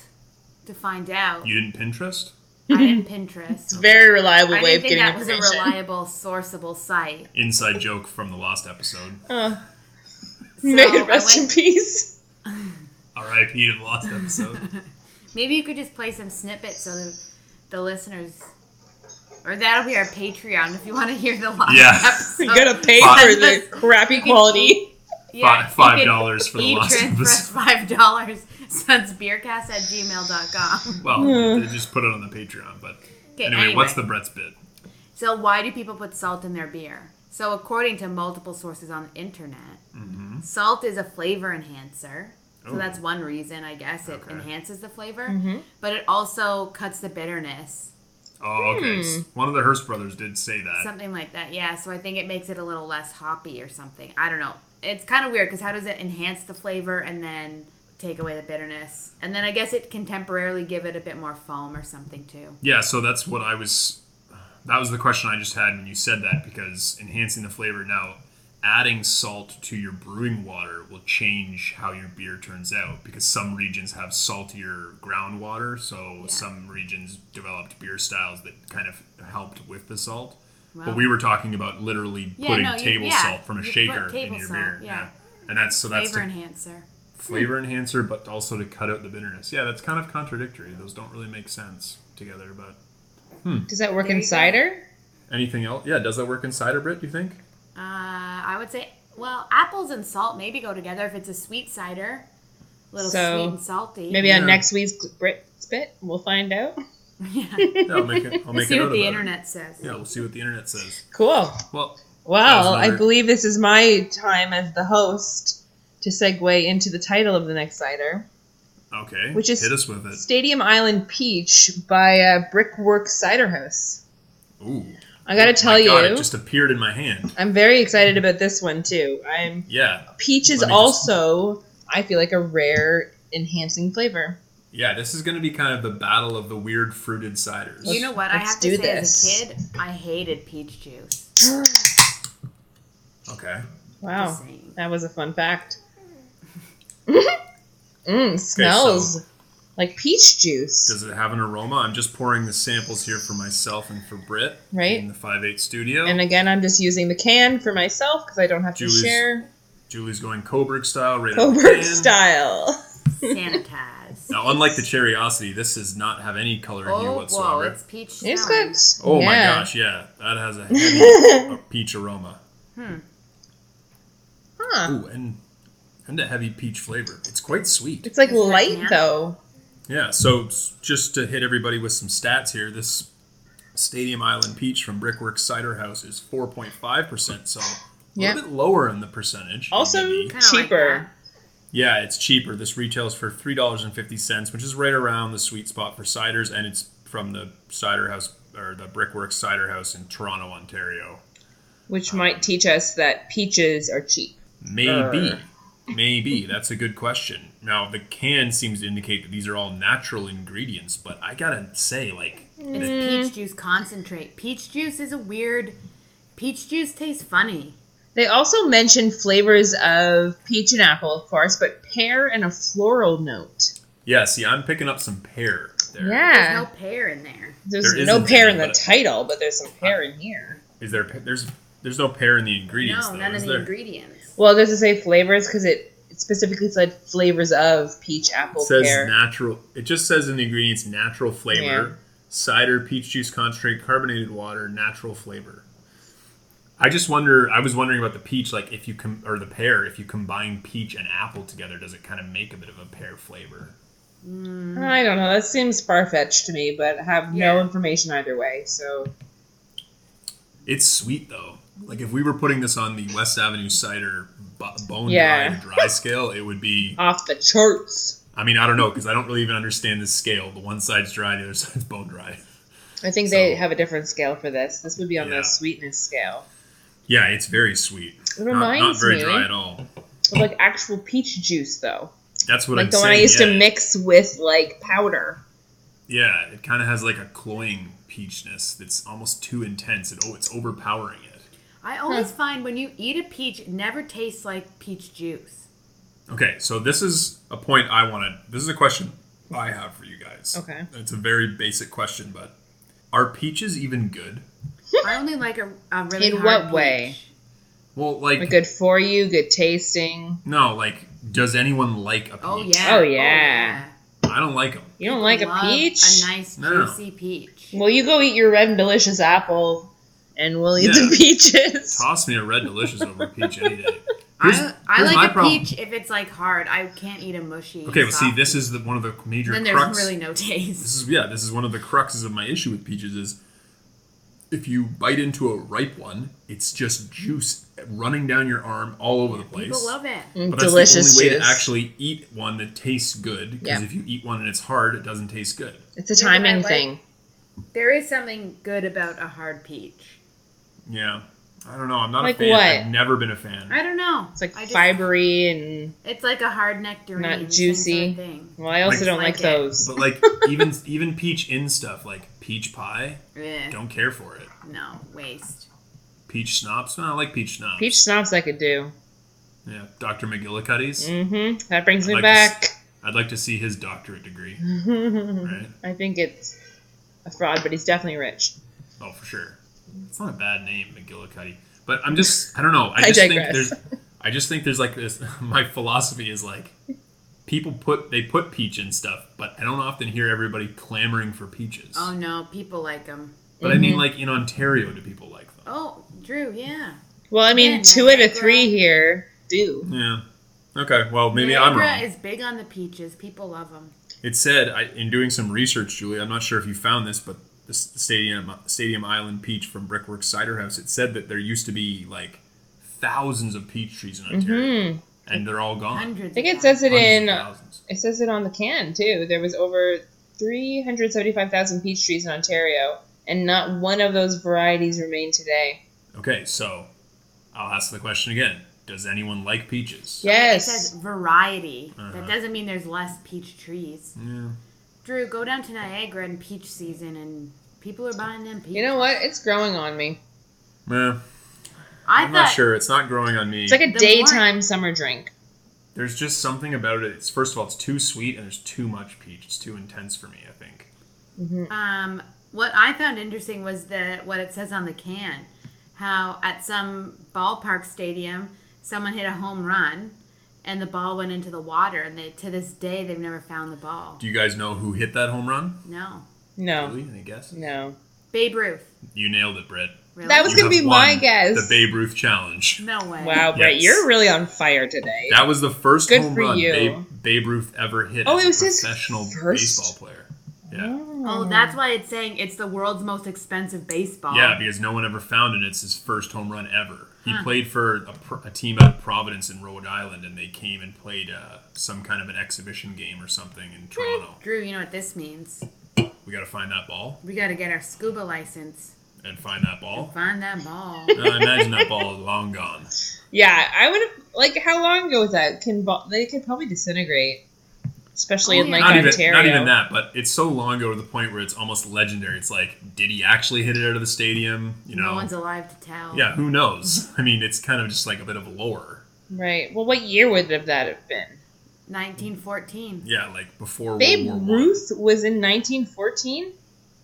[SPEAKER 3] to find out.
[SPEAKER 4] You didn't Pinterest?
[SPEAKER 3] I didn't Pinterest.
[SPEAKER 2] Very reliable
[SPEAKER 3] I
[SPEAKER 2] way
[SPEAKER 3] didn't
[SPEAKER 2] of
[SPEAKER 3] think
[SPEAKER 2] getting
[SPEAKER 3] that was a
[SPEAKER 2] information.
[SPEAKER 3] reliable, sourceable site.
[SPEAKER 4] Inside joke from the last episode.
[SPEAKER 2] Oh.
[SPEAKER 3] So
[SPEAKER 2] May it
[SPEAKER 3] I
[SPEAKER 2] rest in
[SPEAKER 3] went-
[SPEAKER 2] peace.
[SPEAKER 4] R.I.P. to the last episode.
[SPEAKER 3] Maybe you could just play some snippets so the, the listeners, or that'll be our Patreon if you want to hear the last
[SPEAKER 4] Yeah.
[SPEAKER 3] episode.
[SPEAKER 2] You gotta pay for the crappy quality.
[SPEAKER 3] Yeah,
[SPEAKER 4] Fi- five
[SPEAKER 3] you can
[SPEAKER 4] dollars for the last
[SPEAKER 3] e-transfer us
[SPEAKER 4] episode.
[SPEAKER 3] five dollars sudsbeercast at gmail.com.
[SPEAKER 4] well, they just put it on the Patreon, but
[SPEAKER 3] Hmm. Okay,
[SPEAKER 4] anyway, what's the
[SPEAKER 3] anyway.
[SPEAKER 4] Brett's bit?
[SPEAKER 3] So why do people put salt in their beer? So according to multiple sources on the internet, salt is a flavor enhancer. So
[SPEAKER 4] Mm-hmm. Ooh.
[SPEAKER 3] that's one reason, I guess, it
[SPEAKER 4] Okay.
[SPEAKER 3] enhances the flavor, but it also cuts the bitterness,
[SPEAKER 4] Oh, okay. s- One of the Hearst brothers did say that.
[SPEAKER 3] Hmm. something like that. Yeah, so I think it makes it a little less hoppy or something. I don't know. It's kind of weird because how does it enhance the flavor and then take away the bitterness? And then I guess it can temporarily give it a bit more foam or something too.
[SPEAKER 4] Yeah, so that's what I was. That was the question I just had when you said that because enhancing the flavor now, adding salt to your brewing water will change how your beer turns out because some regions have saltier groundwater, so some regions developed beer styles that kind of helped with the salt.
[SPEAKER 3] Wow.
[SPEAKER 4] But we were talking about literally
[SPEAKER 3] Yeah,
[SPEAKER 4] putting
[SPEAKER 3] no, you-
[SPEAKER 4] table
[SPEAKER 3] yeah,
[SPEAKER 4] salt from a
[SPEAKER 3] you put
[SPEAKER 4] shaker in
[SPEAKER 3] table
[SPEAKER 4] your
[SPEAKER 3] salt,
[SPEAKER 4] beer.
[SPEAKER 3] yeah.
[SPEAKER 4] And that's so that's
[SPEAKER 3] Flavor hmm.
[SPEAKER 4] to-
[SPEAKER 3] enhancer.
[SPEAKER 4] flavor enhancer, but also to cut out the bitterness. Yeah, that's kind of contradictory. Those don't really make sense together, but.
[SPEAKER 2] Does that work
[SPEAKER 3] There
[SPEAKER 2] in
[SPEAKER 3] you go.
[SPEAKER 2] cider?
[SPEAKER 4] Anything else? Yeah, does that work in cider, Brit? You think?
[SPEAKER 3] Uh, I would say, well, apples and salt maybe go together if it's a sweet cider. A little
[SPEAKER 2] So,
[SPEAKER 3] sweet and salty.
[SPEAKER 2] Maybe
[SPEAKER 4] Yeah.
[SPEAKER 2] on next week's Brit Spit, we'll find out.
[SPEAKER 3] Yeah.
[SPEAKER 4] Yeah, I'll make it.
[SPEAKER 3] Let's
[SPEAKER 4] I'll make
[SPEAKER 3] see
[SPEAKER 4] it
[SPEAKER 3] what the internet says.
[SPEAKER 4] Yeah, we'll see what the internet says.
[SPEAKER 2] Cool.
[SPEAKER 4] Well,
[SPEAKER 2] Well,
[SPEAKER 4] That was
[SPEAKER 2] I
[SPEAKER 4] another-
[SPEAKER 2] believe this is my time as the host to segue into the title of the next cider,
[SPEAKER 4] okay.
[SPEAKER 2] Which is-
[SPEAKER 4] hit us with it.
[SPEAKER 2] Stadium Island Peach by uh, Brickwork Cider House.
[SPEAKER 4] Ooh.
[SPEAKER 2] I gotta tell
[SPEAKER 4] My
[SPEAKER 2] you,
[SPEAKER 4] God, Oh, it just appeared in my hand.
[SPEAKER 2] I'm very excited about this one too. I'm
[SPEAKER 4] Yeah.
[SPEAKER 2] peach is
[SPEAKER 4] Let me just-
[SPEAKER 2] also I feel like a rare enhancing flavor.
[SPEAKER 4] Yeah, this is going to be kind of the battle of the weird fruited ciders.
[SPEAKER 3] You know what? I
[SPEAKER 2] let's
[SPEAKER 3] have to
[SPEAKER 2] do
[SPEAKER 3] say,
[SPEAKER 2] this.
[SPEAKER 3] as a kid, I hated peach juice.
[SPEAKER 4] okay.
[SPEAKER 2] Wow,
[SPEAKER 3] Just saying.
[SPEAKER 2] that was a fun fact. mm, smells like peach juice.
[SPEAKER 4] Does it have an aroma? I'm just pouring the samples here for myself and for Britt.
[SPEAKER 2] Right.
[SPEAKER 4] In the 5-8 studio.
[SPEAKER 2] and again, I'm just using the can for myself because I don't have to
[SPEAKER 4] Julie's
[SPEAKER 2] share
[SPEAKER 4] Julie's going Coburg style right out of the
[SPEAKER 2] Coburg
[SPEAKER 4] can.
[SPEAKER 2] style.
[SPEAKER 3] Sanitized.
[SPEAKER 4] Now, unlike the Cherryosity, this does not have any color in here
[SPEAKER 3] oh, whoa,
[SPEAKER 4] whatsoever.
[SPEAKER 3] it's peach smell.
[SPEAKER 2] It's good.
[SPEAKER 4] Oh my
[SPEAKER 2] Yeah.
[SPEAKER 4] gosh, yeah. That has a heavy a peach aroma.
[SPEAKER 2] Huh.
[SPEAKER 4] Ooh, and and a heavy peach flavor. It's quite sweet.
[SPEAKER 2] It's like
[SPEAKER 3] Is that
[SPEAKER 2] light
[SPEAKER 3] can?
[SPEAKER 2] though.
[SPEAKER 4] Yeah, so s- just to hit everybody with some stats here, this Stadium Island Peach from Brickworks Cider House is 4.5%, so a
[SPEAKER 2] Yeah.
[SPEAKER 4] little bit lower in the percentage.
[SPEAKER 2] Also
[SPEAKER 4] maybe.
[SPEAKER 3] Kinda like
[SPEAKER 2] cheaper.
[SPEAKER 4] Yeah, it's cheaper. This retails for $3.50, which is right around the sweet spot for ciders, and it's from the Cider House or the Brickworks Cider House in Toronto, Ontario.
[SPEAKER 2] which might teach us that peaches are cheap.
[SPEAKER 4] Maybe.
[SPEAKER 2] Err.
[SPEAKER 4] Maybe. That's a good question. Now, the can seems to indicate that these are all natural ingredients, but I gotta say, like,
[SPEAKER 3] It's
[SPEAKER 2] Mm.
[SPEAKER 3] peach juice concentrate. Peach juice is a weird. Peach juice tastes funny.
[SPEAKER 2] They also mentioned flavors of peach and apple, of course, but pear and a floral note.
[SPEAKER 4] yeah, see, I'm picking up some pear there.
[SPEAKER 3] There's
[SPEAKER 2] Yeah.
[SPEAKER 3] no pear in there.
[SPEAKER 2] There's
[SPEAKER 4] there
[SPEAKER 2] no
[SPEAKER 4] isn't
[SPEAKER 2] pear
[SPEAKER 4] any,
[SPEAKER 2] in the
[SPEAKER 4] but-
[SPEAKER 2] title, but there's some pear in here.
[SPEAKER 4] Is there, pe- there's, there's no pear in the ingredients,
[SPEAKER 3] No,
[SPEAKER 4] though,
[SPEAKER 3] none
[SPEAKER 4] is
[SPEAKER 3] of the
[SPEAKER 4] there?
[SPEAKER 3] ingredients.
[SPEAKER 2] Well, it doesn't say flavors because it specifically said flavors of peach,
[SPEAKER 4] It
[SPEAKER 2] apple,
[SPEAKER 4] says
[SPEAKER 2] pear.
[SPEAKER 4] natural, it just says in the ingredients natural flavor, cider, peach juice concentrate, carbonated water, natural flavor. I just wonder, I was wondering about the peach, like, if you, com- or the pear, if you combine peach and apple together, does it kind of make a bit of a pear flavor?
[SPEAKER 2] I don't know. That seems far fetched to me, but I have no
[SPEAKER 3] Yeah.
[SPEAKER 2] information either way. So
[SPEAKER 4] It's sweet though. Like if we were putting this on the West Avenue cider b- bone
[SPEAKER 2] Yeah.
[SPEAKER 4] dry to dry scale, it would be.
[SPEAKER 2] off the charts.
[SPEAKER 4] I mean, I don't know because I don't really even understand this scale. The one side's dry, the other side's bone dry.
[SPEAKER 2] I think they
[SPEAKER 4] So-
[SPEAKER 2] have a different scale for this. This would be on
[SPEAKER 4] Yeah.
[SPEAKER 2] the sweetness scale.
[SPEAKER 4] Yeah, it's very sweet.
[SPEAKER 2] It
[SPEAKER 4] Not- not,
[SPEAKER 2] reminds
[SPEAKER 4] very
[SPEAKER 2] me-
[SPEAKER 4] dry at all.
[SPEAKER 2] Of like actual peach juice, though.
[SPEAKER 4] That's what
[SPEAKER 2] like
[SPEAKER 4] I'm
[SPEAKER 2] the
[SPEAKER 4] saying.
[SPEAKER 2] one I used
[SPEAKER 4] yeah.
[SPEAKER 2] to mix with like powder.
[SPEAKER 4] Yeah, it kind of has like a cloying peachness that's almost too intense. It, oh, it's overpowering it.
[SPEAKER 3] I always find when you eat a peach, it never tastes like peach juice.
[SPEAKER 4] Okay, so this is a point I wanted. This is a question I have for you guys.
[SPEAKER 2] Okay.
[SPEAKER 4] It's a very basic question, but are peaches even good?
[SPEAKER 3] I only like a, a really
[SPEAKER 2] In
[SPEAKER 3] hard
[SPEAKER 2] what
[SPEAKER 3] peach.
[SPEAKER 2] way?
[SPEAKER 4] Well,
[SPEAKER 2] Like
[SPEAKER 4] like
[SPEAKER 2] good for you, good tasting.
[SPEAKER 4] no, like does anyone like a peach?
[SPEAKER 3] Oh yeah.
[SPEAKER 2] Oh, yeah.
[SPEAKER 4] I don't like them.
[SPEAKER 2] You don't like a
[SPEAKER 3] Love
[SPEAKER 2] peach?
[SPEAKER 3] A nice
[SPEAKER 4] No.
[SPEAKER 3] juicy peach.
[SPEAKER 2] well, you go eat your red and delicious apple, and we'll eat the
[SPEAKER 4] Yeah.
[SPEAKER 2] peaches.
[SPEAKER 4] Toss me a red delicious over a peach any day.
[SPEAKER 3] I, I
[SPEAKER 4] here's my
[SPEAKER 3] like a
[SPEAKER 4] problem.
[SPEAKER 3] peach if it's like hard. I can't eat a mushy.
[SPEAKER 4] Okay, well, see,
[SPEAKER 3] soft
[SPEAKER 4] this
[SPEAKER 3] peach.
[SPEAKER 4] is the, one of the major
[SPEAKER 3] then there's
[SPEAKER 4] crux.
[SPEAKER 3] really no
[SPEAKER 4] This
[SPEAKER 3] taste.
[SPEAKER 4] is yeah, this is one of the cruxes of my issue with peaches is if you bite into a ripe one, it's just juice running down your arm all over the place.
[SPEAKER 3] People love it.
[SPEAKER 2] Mm,
[SPEAKER 4] But that's
[SPEAKER 2] Delicious
[SPEAKER 4] the only way
[SPEAKER 2] juice.
[SPEAKER 4] to actually eat one that tastes good. Because
[SPEAKER 2] Yeah.
[SPEAKER 4] if you eat one and it's hard, it doesn't taste good.
[SPEAKER 2] it's a
[SPEAKER 3] what I
[SPEAKER 2] timing
[SPEAKER 3] like?
[SPEAKER 2] thing.
[SPEAKER 3] There is something good about a hard peach.
[SPEAKER 4] Yeah, I don't know. I'm not
[SPEAKER 2] Like
[SPEAKER 4] a fan.
[SPEAKER 2] what?
[SPEAKER 4] I've never been a fan.
[SPEAKER 3] I don't know.
[SPEAKER 2] It's like
[SPEAKER 3] I just-
[SPEAKER 2] fibery and
[SPEAKER 3] It's like a hard nectarine.
[SPEAKER 2] Not
[SPEAKER 3] same sort of
[SPEAKER 2] juicy.
[SPEAKER 3] Thing.
[SPEAKER 2] well, I also
[SPEAKER 4] Like-
[SPEAKER 2] don't
[SPEAKER 3] Like
[SPEAKER 2] like,
[SPEAKER 3] it.
[SPEAKER 2] those.
[SPEAKER 4] But like even even peach in stuff like peach pie,
[SPEAKER 3] Eh,
[SPEAKER 4] don't care for it.
[SPEAKER 3] No waste.
[SPEAKER 4] Peach schnapps, no, I like peach schnapps.
[SPEAKER 2] Peach snobs I could do.
[SPEAKER 4] Yeah, Dr. McGillicuddy's.
[SPEAKER 2] Mm-hmm. That brings me
[SPEAKER 4] like
[SPEAKER 2] back.
[SPEAKER 4] I'd like to see his doctorate degree. right?
[SPEAKER 2] I think it's a fraud, but he's definitely rich.
[SPEAKER 4] Oh, for sure. It's not a bad name, McGillicuddy. But I'm just I don't know. I just think
[SPEAKER 2] digress.
[SPEAKER 4] there's I just think there's like this my philosophy is like people put they put peach in stuff, but I don't often hear everybody clamoring for peaches.
[SPEAKER 3] Oh no, people like them.
[SPEAKER 4] but I mean like in Ontario do people like them?
[SPEAKER 3] Oh, Drew, yeah.
[SPEAKER 2] Well, I mean,
[SPEAKER 3] Yeah,
[SPEAKER 2] two out of
[SPEAKER 3] Niagara.
[SPEAKER 2] three here do.
[SPEAKER 4] Yeah. Okay, well maybe I'm
[SPEAKER 3] Niagara
[SPEAKER 4] wrong.
[SPEAKER 3] is big on the peaches. People love them.
[SPEAKER 4] It said I, in doing some research, Julie. I'm not sure if you found this, but the s- stadium uh, Stadium Island peach from Brickworks Cider House. It said that there used to be like thousands of peach trees in Ontario,
[SPEAKER 2] Mm-hmm.
[SPEAKER 4] and they're all gone.
[SPEAKER 3] Hundreds.
[SPEAKER 2] I think
[SPEAKER 3] of
[SPEAKER 2] it says it
[SPEAKER 4] Hundreds of
[SPEAKER 2] in.
[SPEAKER 4] thousands.
[SPEAKER 2] It says it on the can too. There was over three hundred seventy-five thousand peach trees in Ontario, and not one of those varieties remain today.
[SPEAKER 4] Okay, so I'll ask the question again. Does anyone like peaches?
[SPEAKER 3] It says
[SPEAKER 2] Yes.
[SPEAKER 3] variety.
[SPEAKER 4] Uh-huh.
[SPEAKER 3] That doesn't mean there's less peach trees.
[SPEAKER 4] Yeah.
[SPEAKER 3] Drew, go down to Niagara in peach season, and people are buying them peaches.
[SPEAKER 2] You know what? It's growing on me.
[SPEAKER 3] I
[SPEAKER 4] Meh, I'm
[SPEAKER 3] thought
[SPEAKER 4] not sure. It's not growing on me.
[SPEAKER 2] It's like a
[SPEAKER 3] The
[SPEAKER 2] daytime summer drink.
[SPEAKER 4] There's just something about it. It's first of all, it's too sweet and there's too much peach. It's too intense for me. I think.
[SPEAKER 3] Um, what I found interesting was the what it says on the can, how at some ballpark stadium someone hit a home run, and the ball went into the water, and they to this day they've never found the ball.
[SPEAKER 4] Do you guys know who hit that home run?
[SPEAKER 3] No,
[SPEAKER 2] No.
[SPEAKER 4] Really? Any guess?
[SPEAKER 2] No.
[SPEAKER 3] Babe Ruth.
[SPEAKER 4] You nailed it, Britt.
[SPEAKER 3] Really?
[SPEAKER 2] That was
[SPEAKER 4] You
[SPEAKER 2] going to
[SPEAKER 4] have
[SPEAKER 2] be my
[SPEAKER 4] won
[SPEAKER 2] guess.
[SPEAKER 4] The Babe Ruth challenge.
[SPEAKER 3] no way.
[SPEAKER 2] Wow, Brett,
[SPEAKER 4] Yes.
[SPEAKER 2] you're really on fire today.
[SPEAKER 4] That was the first
[SPEAKER 2] Good
[SPEAKER 4] home
[SPEAKER 2] for
[SPEAKER 4] run
[SPEAKER 2] you.
[SPEAKER 4] Babe, Babe Ruth ever hit.
[SPEAKER 2] Oh,
[SPEAKER 4] as
[SPEAKER 2] it
[SPEAKER 4] a
[SPEAKER 2] was his
[SPEAKER 4] professional
[SPEAKER 2] first-
[SPEAKER 4] baseball player. Yeah.
[SPEAKER 3] Oh, that's why it's saying it's the world's most expensive baseball.
[SPEAKER 4] Yeah, because no one ever found it. It's his first home run ever. He played for a, pro- a team out of Providence in Rhode Island, and they came and played uh, some kind of an exhibition game or something in Toronto.
[SPEAKER 3] Drew, you know what this means?
[SPEAKER 4] We got to find that ball
[SPEAKER 3] We got to get our scuba license.
[SPEAKER 4] and find that ball.
[SPEAKER 3] Find that ball.
[SPEAKER 4] Uh, I imagine that ball is long gone.
[SPEAKER 2] Yeah, I would have like how long ago was that? Can bo- they could probably disintegrate, especially
[SPEAKER 3] Oh,
[SPEAKER 2] in
[SPEAKER 3] yeah.
[SPEAKER 2] like
[SPEAKER 4] Not even,
[SPEAKER 2] Ontario.
[SPEAKER 4] not even that, but it's so long ago to the point where it's almost legendary. It's like, did he actually hit it out of the stadium? You know,
[SPEAKER 3] No one's alive to tell.
[SPEAKER 4] yeah, who knows? I mean, it's kind of just like a bit of lore.
[SPEAKER 2] Right. Well, what year would have that have been?
[SPEAKER 3] 1914.
[SPEAKER 4] Yeah, like before
[SPEAKER 2] Babe
[SPEAKER 4] World War One.
[SPEAKER 2] Ruth was in 1914.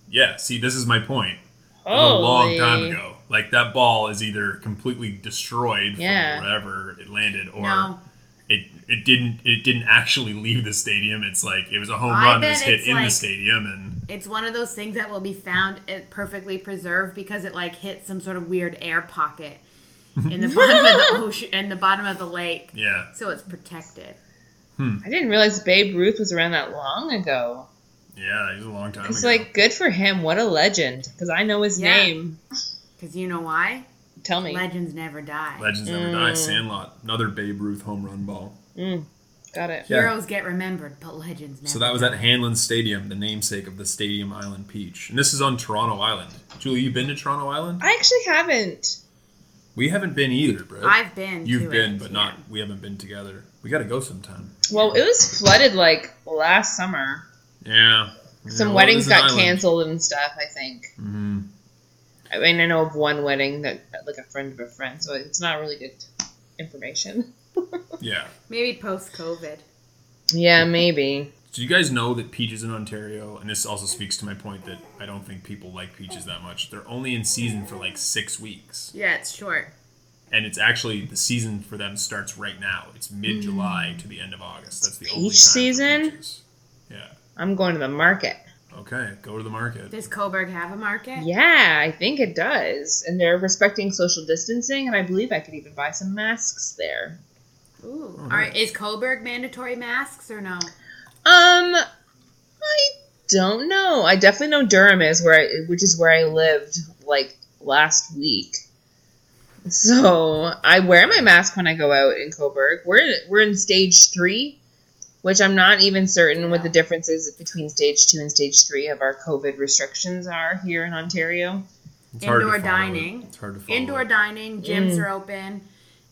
[SPEAKER 4] Yeah, see, this is my point.
[SPEAKER 2] Oh,
[SPEAKER 4] a long time ago. Like that ball is either completely destroyed
[SPEAKER 2] Yeah.
[SPEAKER 4] from wherever it landed, or
[SPEAKER 3] No.
[SPEAKER 4] it it didn't it didn't actually leave the stadium. It's like it was a home
[SPEAKER 3] I
[SPEAKER 4] run that
[SPEAKER 3] bet
[SPEAKER 4] was hit
[SPEAKER 3] it's
[SPEAKER 4] in the
[SPEAKER 3] like-
[SPEAKER 4] stadium, and
[SPEAKER 3] It's one of those things that will be found it perfectly preserved because it like hit some sort of weird air pocket in the bottom of the ocean in the bottom of the lake.
[SPEAKER 4] yeah,
[SPEAKER 3] So it's protected.
[SPEAKER 2] I didn't realize Babe Ruth was around that long ago.
[SPEAKER 4] yeah, it was a long time.
[SPEAKER 2] It's
[SPEAKER 4] ago.
[SPEAKER 2] like good for him. What a legend. Because I know his
[SPEAKER 3] Yeah.
[SPEAKER 2] name.
[SPEAKER 3] Cause you know why?
[SPEAKER 2] Tell me.
[SPEAKER 3] Legends never die.
[SPEAKER 4] Legends Never Die,
[SPEAKER 3] Mm.
[SPEAKER 4] Sandlot, another Babe Ruth home run ball.
[SPEAKER 2] Got it.
[SPEAKER 4] Yeah.
[SPEAKER 3] Heroes get remembered, but legends never.
[SPEAKER 4] So that was at Hanlon Stadium, the namesake of the Stadium Island Peach, and this is on Toronto Island. Julie, you been to Toronto Island?
[SPEAKER 2] I actually haven't.
[SPEAKER 4] We haven't been either, bro.
[SPEAKER 3] I've been. to
[SPEAKER 4] You've been,
[SPEAKER 3] it,
[SPEAKER 4] but
[SPEAKER 3] yeah.
[SPEAKER 4] not. We haven't been together. We got to go sometime.
[SPEAKER 2] Well, it was flooded like last summer.
[SPEAKER 4] Yeah.
[SPEAKER 2] Some
[SPEAKER 4] Yeah, well,
[SPEAKER 2] weddings
[SPEAKER 4] it is an
[SPEAKER 2] got
[SPEAKER 4] island.
[SPEAKER 2] canceled and stuff. I think.
[SPEAKER 4] Mhm.
[SPEAKER 2] I mean, I know of one wedding that like a friend of a friend, so it's not really good information.
[SPEAKER 4] Yeah.
[SPEAKER 3] Maybe post COVID.
[SPEAKER 2] Yeah, maybe.
[SPEAKER 4] Do you guys know that peaches in Ontario, and this also speaks to my point that I don't think people like peaches that much. They're only in season for like six weeks,
[SPEAKER 3] Yeah, it's short.
[SPEAKER 4] and it's actually the season for them starts right now. It's mid July
[SPEAKER 3] Hmm.
[SPEAKER 4] to the end of August. That's the only
[SPEAKER 2] Peach
[SPEAKER 4] time for
[SPEAKER 2] season?
[SPEAKER 4] peaches. Yeah.
[SPEAKER 2] I'm going to the market.
[SPEAKER 4] Okay. Go to the market.
[SPEAKER 3] Does Coburg have a market?
[SPEAKER 2] Yeah, I think it does. And they're respecting social distancing, and I believe I could even buy some masks there.
[SPEAKER 3] Ooh. All
[SPEAKER 4] nice.
[SPEAKER 3] right. Is Coburg mandatory masks or no?
[SPEAKER 2] Um, I don't know. I definitely know Durham is where, I, which is where I lived like last week. So I wear my mask when I go out in Coburg. We're we're in stage three, which I'm not even certain what the differences between stage two and stage three of our COVID restrictions are here in Ontario.
[SPEAKER 4] It's hard to
[SPEAKER 3] Indoor
[SPEAKER 4] follow.
[SPEAKER 3] dining.
[SPEAKER 4] It's hard to follow.
[SPEAKER 3] indoor dining gyms
[SPEAKER 2] Mm.
[SPEAKER 3] are open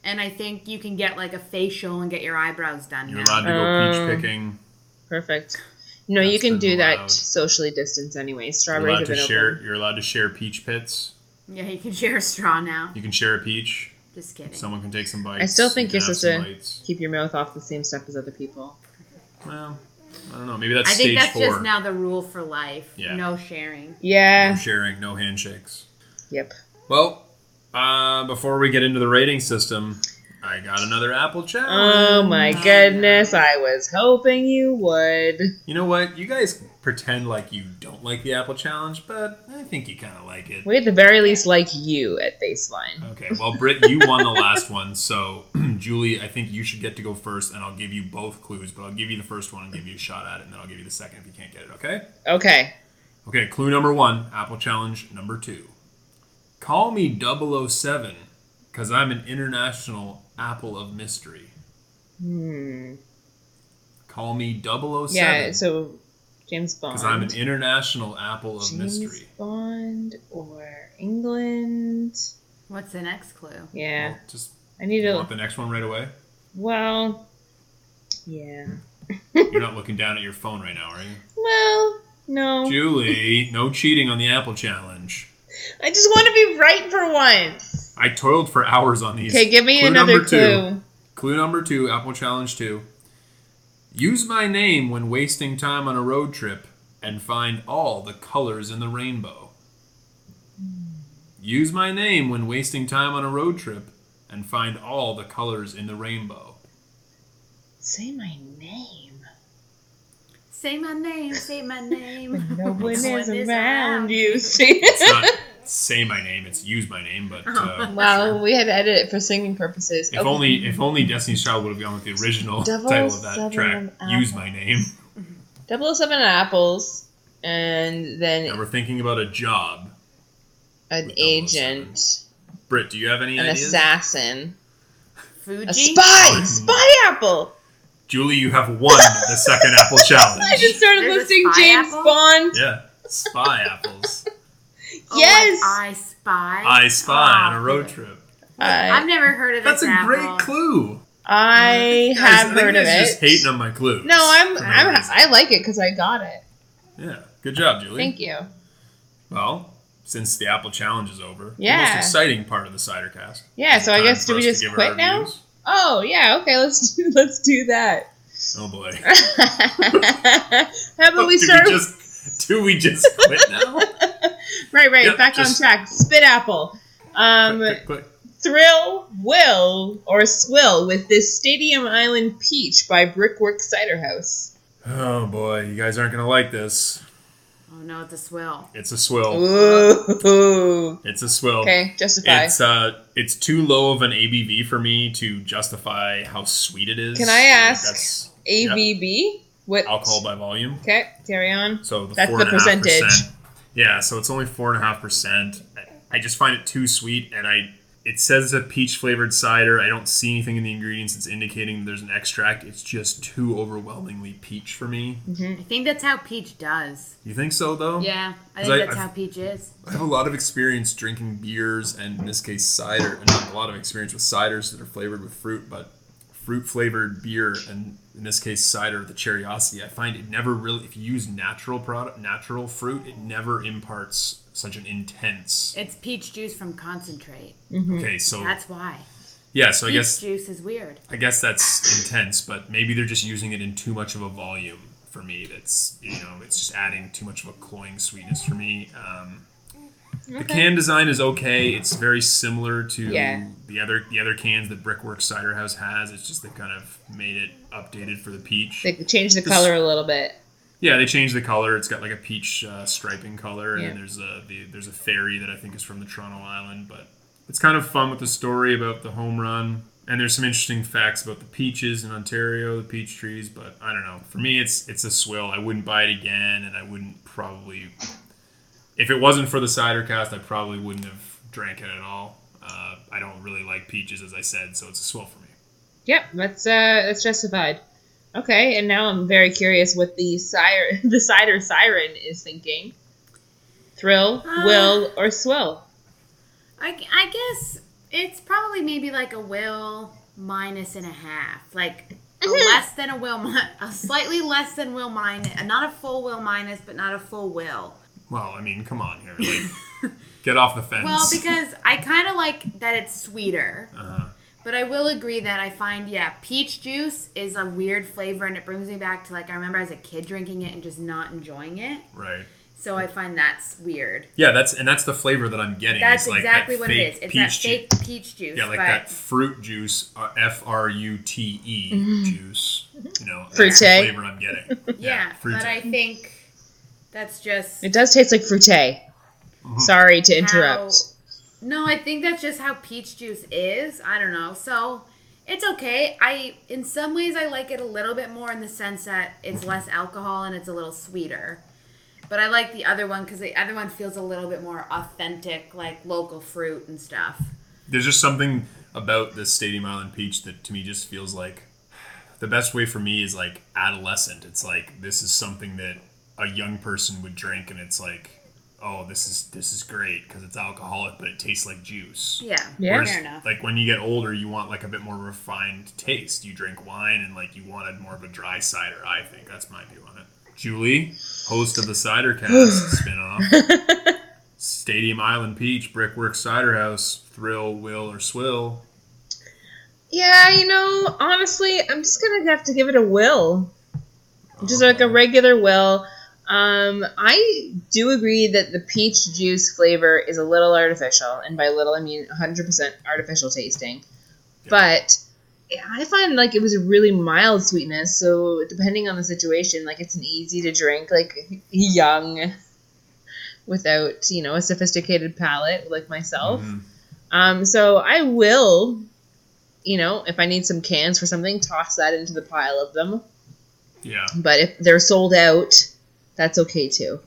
[SPEAKER 3] and i think you can get like a facial and get your eyebrows done
[SPEAKER 4] You're
[SPEAKER 3] now.
[SPEAKER 4] allowed to go
[SPEAKER 2] Um,
[SPEAKER 4] peach picking.
[SPEAKER 2] Perfect. No,
[SPEAKER 4] That's
[SPEAKER 2] you can
[SPEAKER 4] been
[SPEAKER 2] do
[SPEAKER 4] allowed.
[SPEAKER 2] that socially distanced anyway.
[SPEAKER 4] You're
[SPEAKER 2] Strawberries
[SPEAKER 4] allowed
[SPEAKER 2] have
[SPEAKER 4] to
[SPEAKER 2] been
[SPEAKER 4] share.
[SPEAKER 2] open.
[SPEAKER 4] You're allowed to share peach pits.
[SPEAKER 3] yeah you can share a straw now
[SPEAKER 4] You can share a peach.
[SPEAKER 3] just kidding
[SPEAKER 4] Someone can take some bites.
[SPEAKER 2] I still think
[SPEAKER 4] you
[SPEAKER 2] you're
[SPEAKER 4] can have
[SPEAKER 2] supposed
[SPEAKER 4] some
[SPEAKER 2] to
[SPEAKER 4] bites.
[SPEAKER 2] keep your mouth off the same stuff as other people.
[SPEAKER 4] Well, I don't know. Maybe that's
[SPEAKER 3] i think
[SPEAKER 4] stage
[SPEAKER 3] that's
[SPEAKER 4] four.
[SPEAKER 3] just now the rule for life
[SPEAKER 4] Yeah.
[SPEAKER 3] no sharing
[SPEAKER 4] No
[SPEAKER 2] Yeah.
[SPEAKER 4] sharing, no handshakes.
[SPEAKER 2] Yep.
[SPEAKER 4] Well, uh, before we get into the rating system, I got another Apple
[SPEAKER 3] Um,
[SPEAKER 4] challenge.
[SPEAKER 2] Oh my goodness, I was hoping you would.
[SPEAKER 4] you know what? You guys pretend like you don't like the Apple challenge, but I think you kind of like it.
[SPEAKER 2] We at the very least like you at baseline.
[SPEAKER 4] Okay, well, Britt, you won the last one, so Julie, I think you should get to go first, and I'll give you both clues, but I'll give you the first one and give you a shot at it, and then I'll give you the second if you can't get it, okay?
[SPEAKER 2] Okay.
[SPEAKER 4] Okay, clue number one, Apple Challenge number two. Call me 007 because I'm an international apple of mystery.
[SPEAKER 2] Hmm.
[SPEAKER 4] Call me 007.
[SPEAKER 2] Yeah, so James Bond.
[SPEAKER 4] Because I'm an international apple of
[SPEAKER 2] James
[SPEAKER 4] mystery.
[SPEAKER 2] Bond or England.
[SPEAKER 3] What's the next clue?
[SPEAKER 2] Yeah.
[SPEAKER 4] Well, just
[SPEAKER 2] I need
[SPEAKER 4] you
[SPEAKER 2] to.
[SPEAKER 4] want the next one right away.
[SPEAKER 2] Well, yeah.
[SPEAKER 4] You're not looking down at your phone right now, are you?
[SPEAKER 2] Well, no.
[SPEAKER 4] Julie, no cheating on the apple challenge.
[SPEAKER 2] I just want to be right for once.
[SPEAKER 4] I toiled for hours on these.
[SPEAKER 2] Okay, give me
[SPEAKER 4] Clue
[SPEAKER 2] another
[SPEAKER 4] number two.
[SPEAKER 2] clue.
[SPEAKER 4] Clue number two, Apple Challenge 2. Use my name when wasting time on a road trip and find all the colors in the rainbow. Use my name when wasting time on a road trip and find all the colors in the rainbow.
[SPEAKER 2] Say my name.
[SPEAKER 3] Say my name, say my name.
[SPEAKER 2] No one is
[SPEAKER 3] one is
[SPEAKER 2] around,
[SPEAKER 3] around.
[SPEAKER 2] you. See?
[SPEAKER 4] It's not say my name, it's use my name,
[SPEAKER 2] Oh,
[SPEAKER 4] but uh,
[SPEAKER 2] wow, we had to edit it for singing purposes.
[SPEAKER 4] if only if only Destiny's Child would have gone with the original
[SPEAKER 2] Double
[SPEAKER 4] title of that
[SPEAKER 2] Seven
[SPEAKER 4] track, Use My Name.
[SPEAKER 2] 007 apples, and
[SPEAKER 4] Now
[SPEAKER 2] then
[SPEAKER 4] we're thinking about a job.
[SPEAKER 2] an
[SPEAKER 4] with 007.
[SPEAKER 2] agent,
[SPEAKER 4] Britt, do you have any
[SPEAKER 2] an
[SPEAKER 4] ideas?
[SPEAKER 2] assassin,
[SPEAKER 3] Fuji.
[SPEAKER 2] a spy, spy apple.
[SPEAKER 4] Julie, you have won the second apple challenge.
[SPEAKER 2] I just started
[SPEAKER 3] There's a
[SPEAKER 2] listing
[SPEAKER 3] spy
[SPEAKER 2] James
[SPEAKER 3] apple?
[SPEAKER 2] Bond.
[SPEAKER 4] Yeah, spy apples.
[SPEAKER 3] Oh,
[SPEAKER 2] Yes.
[SPEAKER 3] like I spy.
[SPEAKER 4] I spy on a road
[SPEAKER 3] Oh.
[SPEAKER 4] trip.
[SPEAKER 2] I,
[SPEAKER 3] I've never heard of
[SPEAKER 4] That's
[SPEAKER 3] this
[SPEAKER 4] a great
[SPEAKER 3] apple.
[SPEAKER 4] clue.
[SPEAKER 2] I
[SPEAKER 4] Guys,
[SPEAKER 2] have
[SPEAKER 4] I think
[SPEAKER 2] heard
[SPEAKER 4] you
[SPEAKER 2] of
[SPEAKER 4] guys
[SPEAKER 2] it.
[SPEAKER 4] Just hating on my clues.
[SPEAKER 2] No, I'm,
[SPEAKER 4] for no
[SPEAKER 2] I'm
[SPEAKER 4] reason.
[SPEAKER 2] I like it because I got it.
[SPEAKER 4] Yeah, good job, Julie.
[SPEAKER 2] Thank you.
[SPEAKER 4] Well, since the apple challenge is over, the
[SPEAKER 2] Yeah.
[SPEAKER 4] most exciting part of the cidercast.
[SPEAKER 2] Yeah, so I
[SPEAKER 4] Time
[SPEAKER 2] guess
[SPEAKER 4] for
[SPEAKER 2] do we
[SPEAKER 4] us to
[SPEAKER 2] just
[SPEAKER 4] give our
[SPEAKER 2] quit now?
[SPEAKER 4] reviews.
[SPEAKER 2] Oh yeah, okay. Let's do let's do that.
[SPEAKER 4] Oh boy.
[SPEAKER 2] How about we
[SPEAKER 4] do
[SPEAKER 2] start?
[SPEAKER 4] We just, do we just quit now?
[SPEAKER 2] right, right.
[SPEAKER 4] yeah,
[SPEAKER 2] back on
[SPEAKER 4] just-
[SPEAKER 2] track. Spit apple. Um,
[SPEAKER 4] Quick, quick, quick.
[SPEAKER 2] Thrill Will or Swill with this Stadium Island Peach by Brickwork Cider House.
[SPEAKER 4] Oh boy, you guys aren't gonna like this.
[SPEAKER 3] Oh no, the swill.
[SPEAKER 4] It's a swill.
[SPEAKER 2] Ooh.
[SPEAKER 4] It's a swill.
[SPEAKER 2] Okay, justify.
[SPEAKER 4] Oh. It's uh, it's too low of an ABV for me to justify how sweet it is.
[SPEAKER 2] Can I ask-
[SPEAKER 4] That's
[SPEAKER 2] AVB? What?
[SPEAKER 4] alcohol by volume.
[SPEAKER 2] Okay, carry on.
[SPEAKER 4] So the
[SPEAKER 2] That's
[SPEAKER 4] four
[SPEAKER 2] the
[SPEAKER 4] and a half
[SPEAKER 2] percentage.
[SPEAKER 4] percent. Yeah, so it's only four and a half percent. I- I just find it too sweet, and I it says it's a peach flavored cider. I don't see anything in the ingredients that's indicating there's an extract. It's just too overwhelmingly peach for me.
[SPEAKER 3] I think that's how peach does.
[SPEAKER 4] You think so, though?
[SPEAKER 3] Yeah, I
[SPEAKER 4] 'Cause
[SPEAKER 3] think
[SPEAKER 4] I-
[SPEAKER 3] that's
[SPEAKER 4] I've-
[SPEAKER 3] how peach is.
[SPEAKER 4] I have a lot of experience drinking beers and, in this case, cider, and not a lot of experience with ciders that are flavored with fruit, but fruit flavored beer and, in this case, cider, the cherryosity. I find it never really, if you use natural product, natural fruit, it never imparts such an intense.
[SPEAKER 3] It's peach juice from concentrate.
[SPEAKER 4] Okay, so
[SPEAKER 3] Mm-hmm. That's why.
[SPEAKER 4] yeah, so Mm. I
[SPEAKER 3] Peach
[SPEAKER 4] guess
[SPEAKER 3] juice is weird.
[SPEAKER 4] I guess that's intense, but maybe they're just using it in too much of a volume for me. That's you know, it's just adding too much of a cloying sweetness for me. Um, The can design is okay. It's very similar to
[SPEAKER 2] Yeah.
[SPEAKER 4] the other the other cans that Brickworks Cider House has. It's just they kind of made it updated for the peach.
[SPEAKER 2] They change the color a little bit.
[SPEAKER 4] yeah, they changed the color. It's got like a peach uh, striping color,
[SPEAKER 2] Yeah.
[SPEAKER 4] and there's a the, there's a fairy that I think is from the Toronto Island. But it's kind of fun with the story about the home run, and there's some interesting facts about the peaches in Ontario, the peach trees. But I don't know. For me, it's it's a swill. I wouldn't buy it again, and I wouldn't probably. If it wasn't for the cider cast, I probably wouldn't have drank it at all. Uh, I don't really like peaches, as I said, so it's a swill for me.
[SPEAKER 2] Yep, that's uh, that's justified. Okay, and now I'm very curious what the sire, the cider siren is thinking. Thrill,
[SPEAKER 3] Ah.
[SPEAKER 2] will, or swill?
[SPEAKER 3] I, I guess it's probably maybe like a will minus and a half, like a less than a will, mi- a slightly less than will minus, not a full will minus, but not a full will.
[SPEAKER 4] Well, I mean, come on here, like, get off the fence.
[SPEAKER 3] Well, because I kind of like that it's sweeter,
[SPEAKER 4] Uh-huh.
[SPEAKER 3] but I will agree that I find yeah, peach juice is a weird flavor, and it brings me back to like I remember as a kid drinking it and just not enjoying it.
[SPEAKER 4] right.
[SPEAKER 3] So I find that's weird.
[SPEAKER 4] Yeah, that's and that's the flavor that I'm getting.
[SPEAKER 3] That's
[SPEAKER 4] It's like
[SPEAKER 3] exactly
[SPEAKER 4] that
[SPEAKER 3] what
[SPEAKER 4] fake
[SPEAKER 3] it is. It's that
[SPEAKER 4] peach ju-
[SPEAKER 3] fake peach juice.
[SPEAKER 4] Yeah, like
[SPEAKER 3] but
[SPEAKER 4] that fruit juice, uh, F R U T E juice. You know, that's
[SPEAKER 2] Fruité.
[SPEAKER 4] the flavor I'm getting.
[SPEAKER 3] Mm-hmm. Yeah,
[SPEAKER 4] fruit.
[SPEAKER 3] but I think that's just
[SPEAKER 2] It does taste like fruité. Sorry to interrupt.
[SPEAKER 3] How, no, I think that's just how peach juice is. I don't know. So it's okay. I in some ways I like it a little bit more in the sense that it's less alcohol and it's a little sweeter. But I like the other one because the other one feels a little bit more authentic, like local fruit and stuff.
[SPEAKER 4] There's just something about this Stadium Island peach that to me just feels like the best way for me is like adolescent. It's like this is something that a young person would drink, and it's like, oh, this is this is great because it's alcoholic, but it tastes like juice.
[SPEAKER 7] Yeah.
[SPEAKER 2] Yeah.
[SPEAKER 4] Whereas,
[SPEAKER 3] Fair enough.
[SPEAKER 4] Like when you get older, you want like a bit more refined taste. You drink wine, and like you wanted more of a dry cider. I think that's my view on it. Julie, host of the Cidercast spinoff, Stadium Island Peach, Brickwork Cider House, Thrill, Will, or Swill.
[SPEAKER 2] Yeah, you know, honestly, I'm just gonna have to give it a will, just like
[SPEAKER 4] Um,
[SPEAKER 2] a regular will. Um, I do agree that the peach juice flavor is a little artificial, and by little I mean 100% artificial tasting. But I find like it was a really mild sweetness, so depending on the situation, like it's an easy to drink, like young, without you know a sophisticated palate like myself.
[SPEAKER 4] Mhm.
[SPEAKER 2] Um, so I will, you know, if I need some cans for something, toss that into the pile of them.
[SPEAKER 4] Yeah.
[SPEAKER 2] But if they're sold out, that's okay too.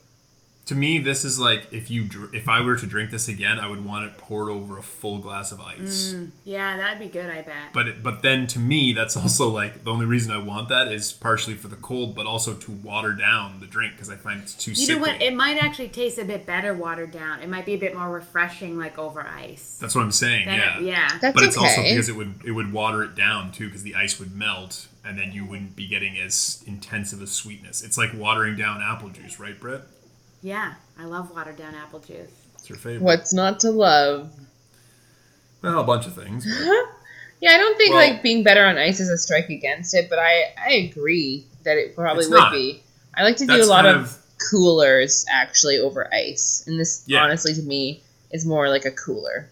[SPEAKER 4] To me, this is like if you dr- if I were to drink this again, I would want it poured over a full glass of
[SPEAKER 3] Mm.
[SPEAKER 4] ice.
[SPEAKER 3] Yeah, that'd be good, I bet.
[SPEAKER 4] But it, but then to me, that's also like the only reason I want that is partially for the cold, but also to water down the drink because I find it's too.
[SPEAKER 3] you know what?
[SPEAKER 4] sickly.
[SPEAKER 3] It might actually taste a bit better watered down. It might be a bit more refreshing, like over ice.
[SPEAKER 4] That's what I'm saying.
[SPEAKER 3] Then
[SPEAKER 4] yeah.
[SPEAKER 3] it- yeah.
[SPEAKER 2] That's
[SPEAKER 4] but it's also
[SPEAKER 2] okay.
[SPEAKER 4] because it would it would water it down too because the ice would melt and then you wouldn't be getting as intense of a sweetness. It's like watering down apple juice, right, Britt?
[SPEAKER 3] Yeah, I love watered down apple juice.
[SPEAKER 4] It's your favorite.
[SPEAKER 2] What's not to love?
[SPEAKER 4] Well, a bunch of things. but-
[SPEAKER 2] Yeah, I don't think
[SPEAKER 4] Well-
[SPEAKER 2] like being better on ice is a strike against it, but I I agree that it probably
[SPEAKER 4] It's
[SPEAKER 2] would
[SPEAKER 4] not.
[SPEAKER 2] be. I like to do a
[SPEAKER 4] That's
[SPEAKER 2] lot
[SPEAKER 4] kind
[SPEAKER 2] of,
[SPEAKER 4] of-
[SPEAKER 2] coolers actually over ice, and this
[SPEAKER 4] Yeah.
[SPEAKER 2] honestly to me is more like a cooler.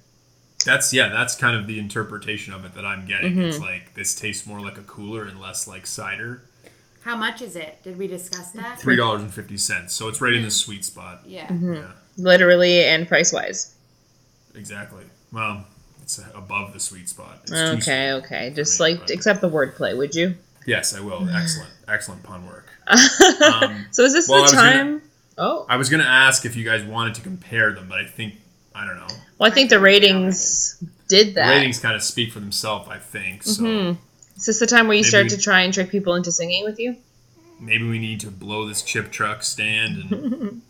[SPEAKER 4] That's yeah, that's kind of the interpretation of it that I'm getting. It's
[SPEAKER 3] Mm-hmm.
[SPEAKER 4] like this tastes more like a cooler and less like cider.
[SPEAKER 3] How much is it? Did we discuss that?
[SPEAKER 4] Three dollars and fifty cents. Mm-hmm. So it's right in the sweet spot.
[SPEAKER 7] Yeah.
[SPEAKER 4] Yeah,
[SPEAKER 2] Literally and price wise.
[SPEAKER 4] exactly. Well, it's above the sweet spot. It's too
[SPEAKER 2] Okay,
[SPEAKER 4] sweet.
[SPEAKER 2] okay. Just
[SPEAKER 4] me,
[SPEAKER 2] like
[SPEAKER 4] but-
[SPEAKER 2] accept the wordplay, would you?
[SPEAKER 4] Yes, I will. Excellent, excellent pun work. Um,
[SPEAKER 2] Mm. so is this
[SPEAKER 4] well, I
[SPEAKER 2] the
[SPEAKER 4] was gonna-
[SPEAKER 2] time? oh,
[SPEAKER 4] I was gonna ask if you guys wanted to compare them, but I think I don't know.
[SPEAKER 2] well, I think the ratings did that. Mm-hmm.
[SPEAKER 4] The ratings kind of speak for themselves. I think so.
[SPEAKER 2] Is this the time where you
[SPEAKER 4] Maybe
[SPEAKER 2] start
[SPEAKER 4] we-
[SPEAKER 2] to try and trick people into singing with you?
[SPEAKER 4] Maybe we need to blow this chip truck stand and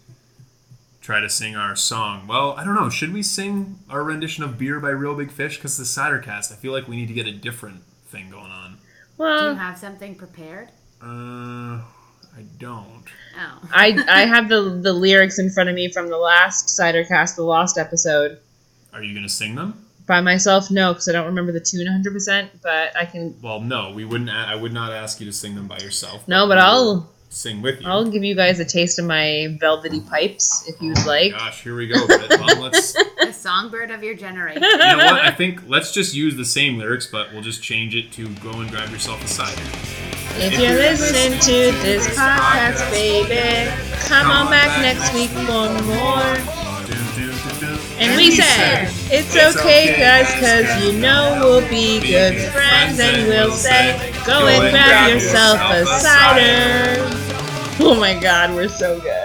[SPEAKER 4] try to sing our song. Well, I don't know. Should we sing our rendition of Beer by Real Big Fish? Because the Cidercast, I feel like we need to get a different thing going on.
[SPEAKER 3] Do you
[SPEAKER 2] Well,
[SPEAKER 3] have something prepared?
[SPEAKER 4] Uh, I don't.
[SPEAKER 3] Oh.
[SPEAKER 2] I I have the the lyrics in front of me from the last Cidercast, the Lost episode.
[SPEAKER 4] Are you going to sing them?
[SPEAKER 2] By myself, no, because I don't remember the tune 100. percent But I can
[SPEAKER 4] Well, no. We wouldn't. A- I would not ask you to sing them by yourself.
[SPEAKER 2] no, but
[SPEAKER 4] we
[SPEAKER 2] I'll
[SPEAKER 4] will sing with you.
[SPEAKER 2] I'll give you guys a taste of my velvety pipes if you'd like.
[SPEAKER 4] Gosh, here we go. But, well, let's. You
[SPEAKER 3] the songbird of your generation.
[SPEAKER 4] know what? I think let's just use the same lyrics, but we'll just change it to "Go and grab yourself a cider."
[SPEAKER 2] If you listen to this podcast, baby, come on back next week for more.
[SPEAKER 4] Do, do, do, do.
[SPEAKER 2] And we said, it's okay, guys, because you know we'll be good friends, and we'll say, go and grab yourself a cider. Oh my god, we're so good.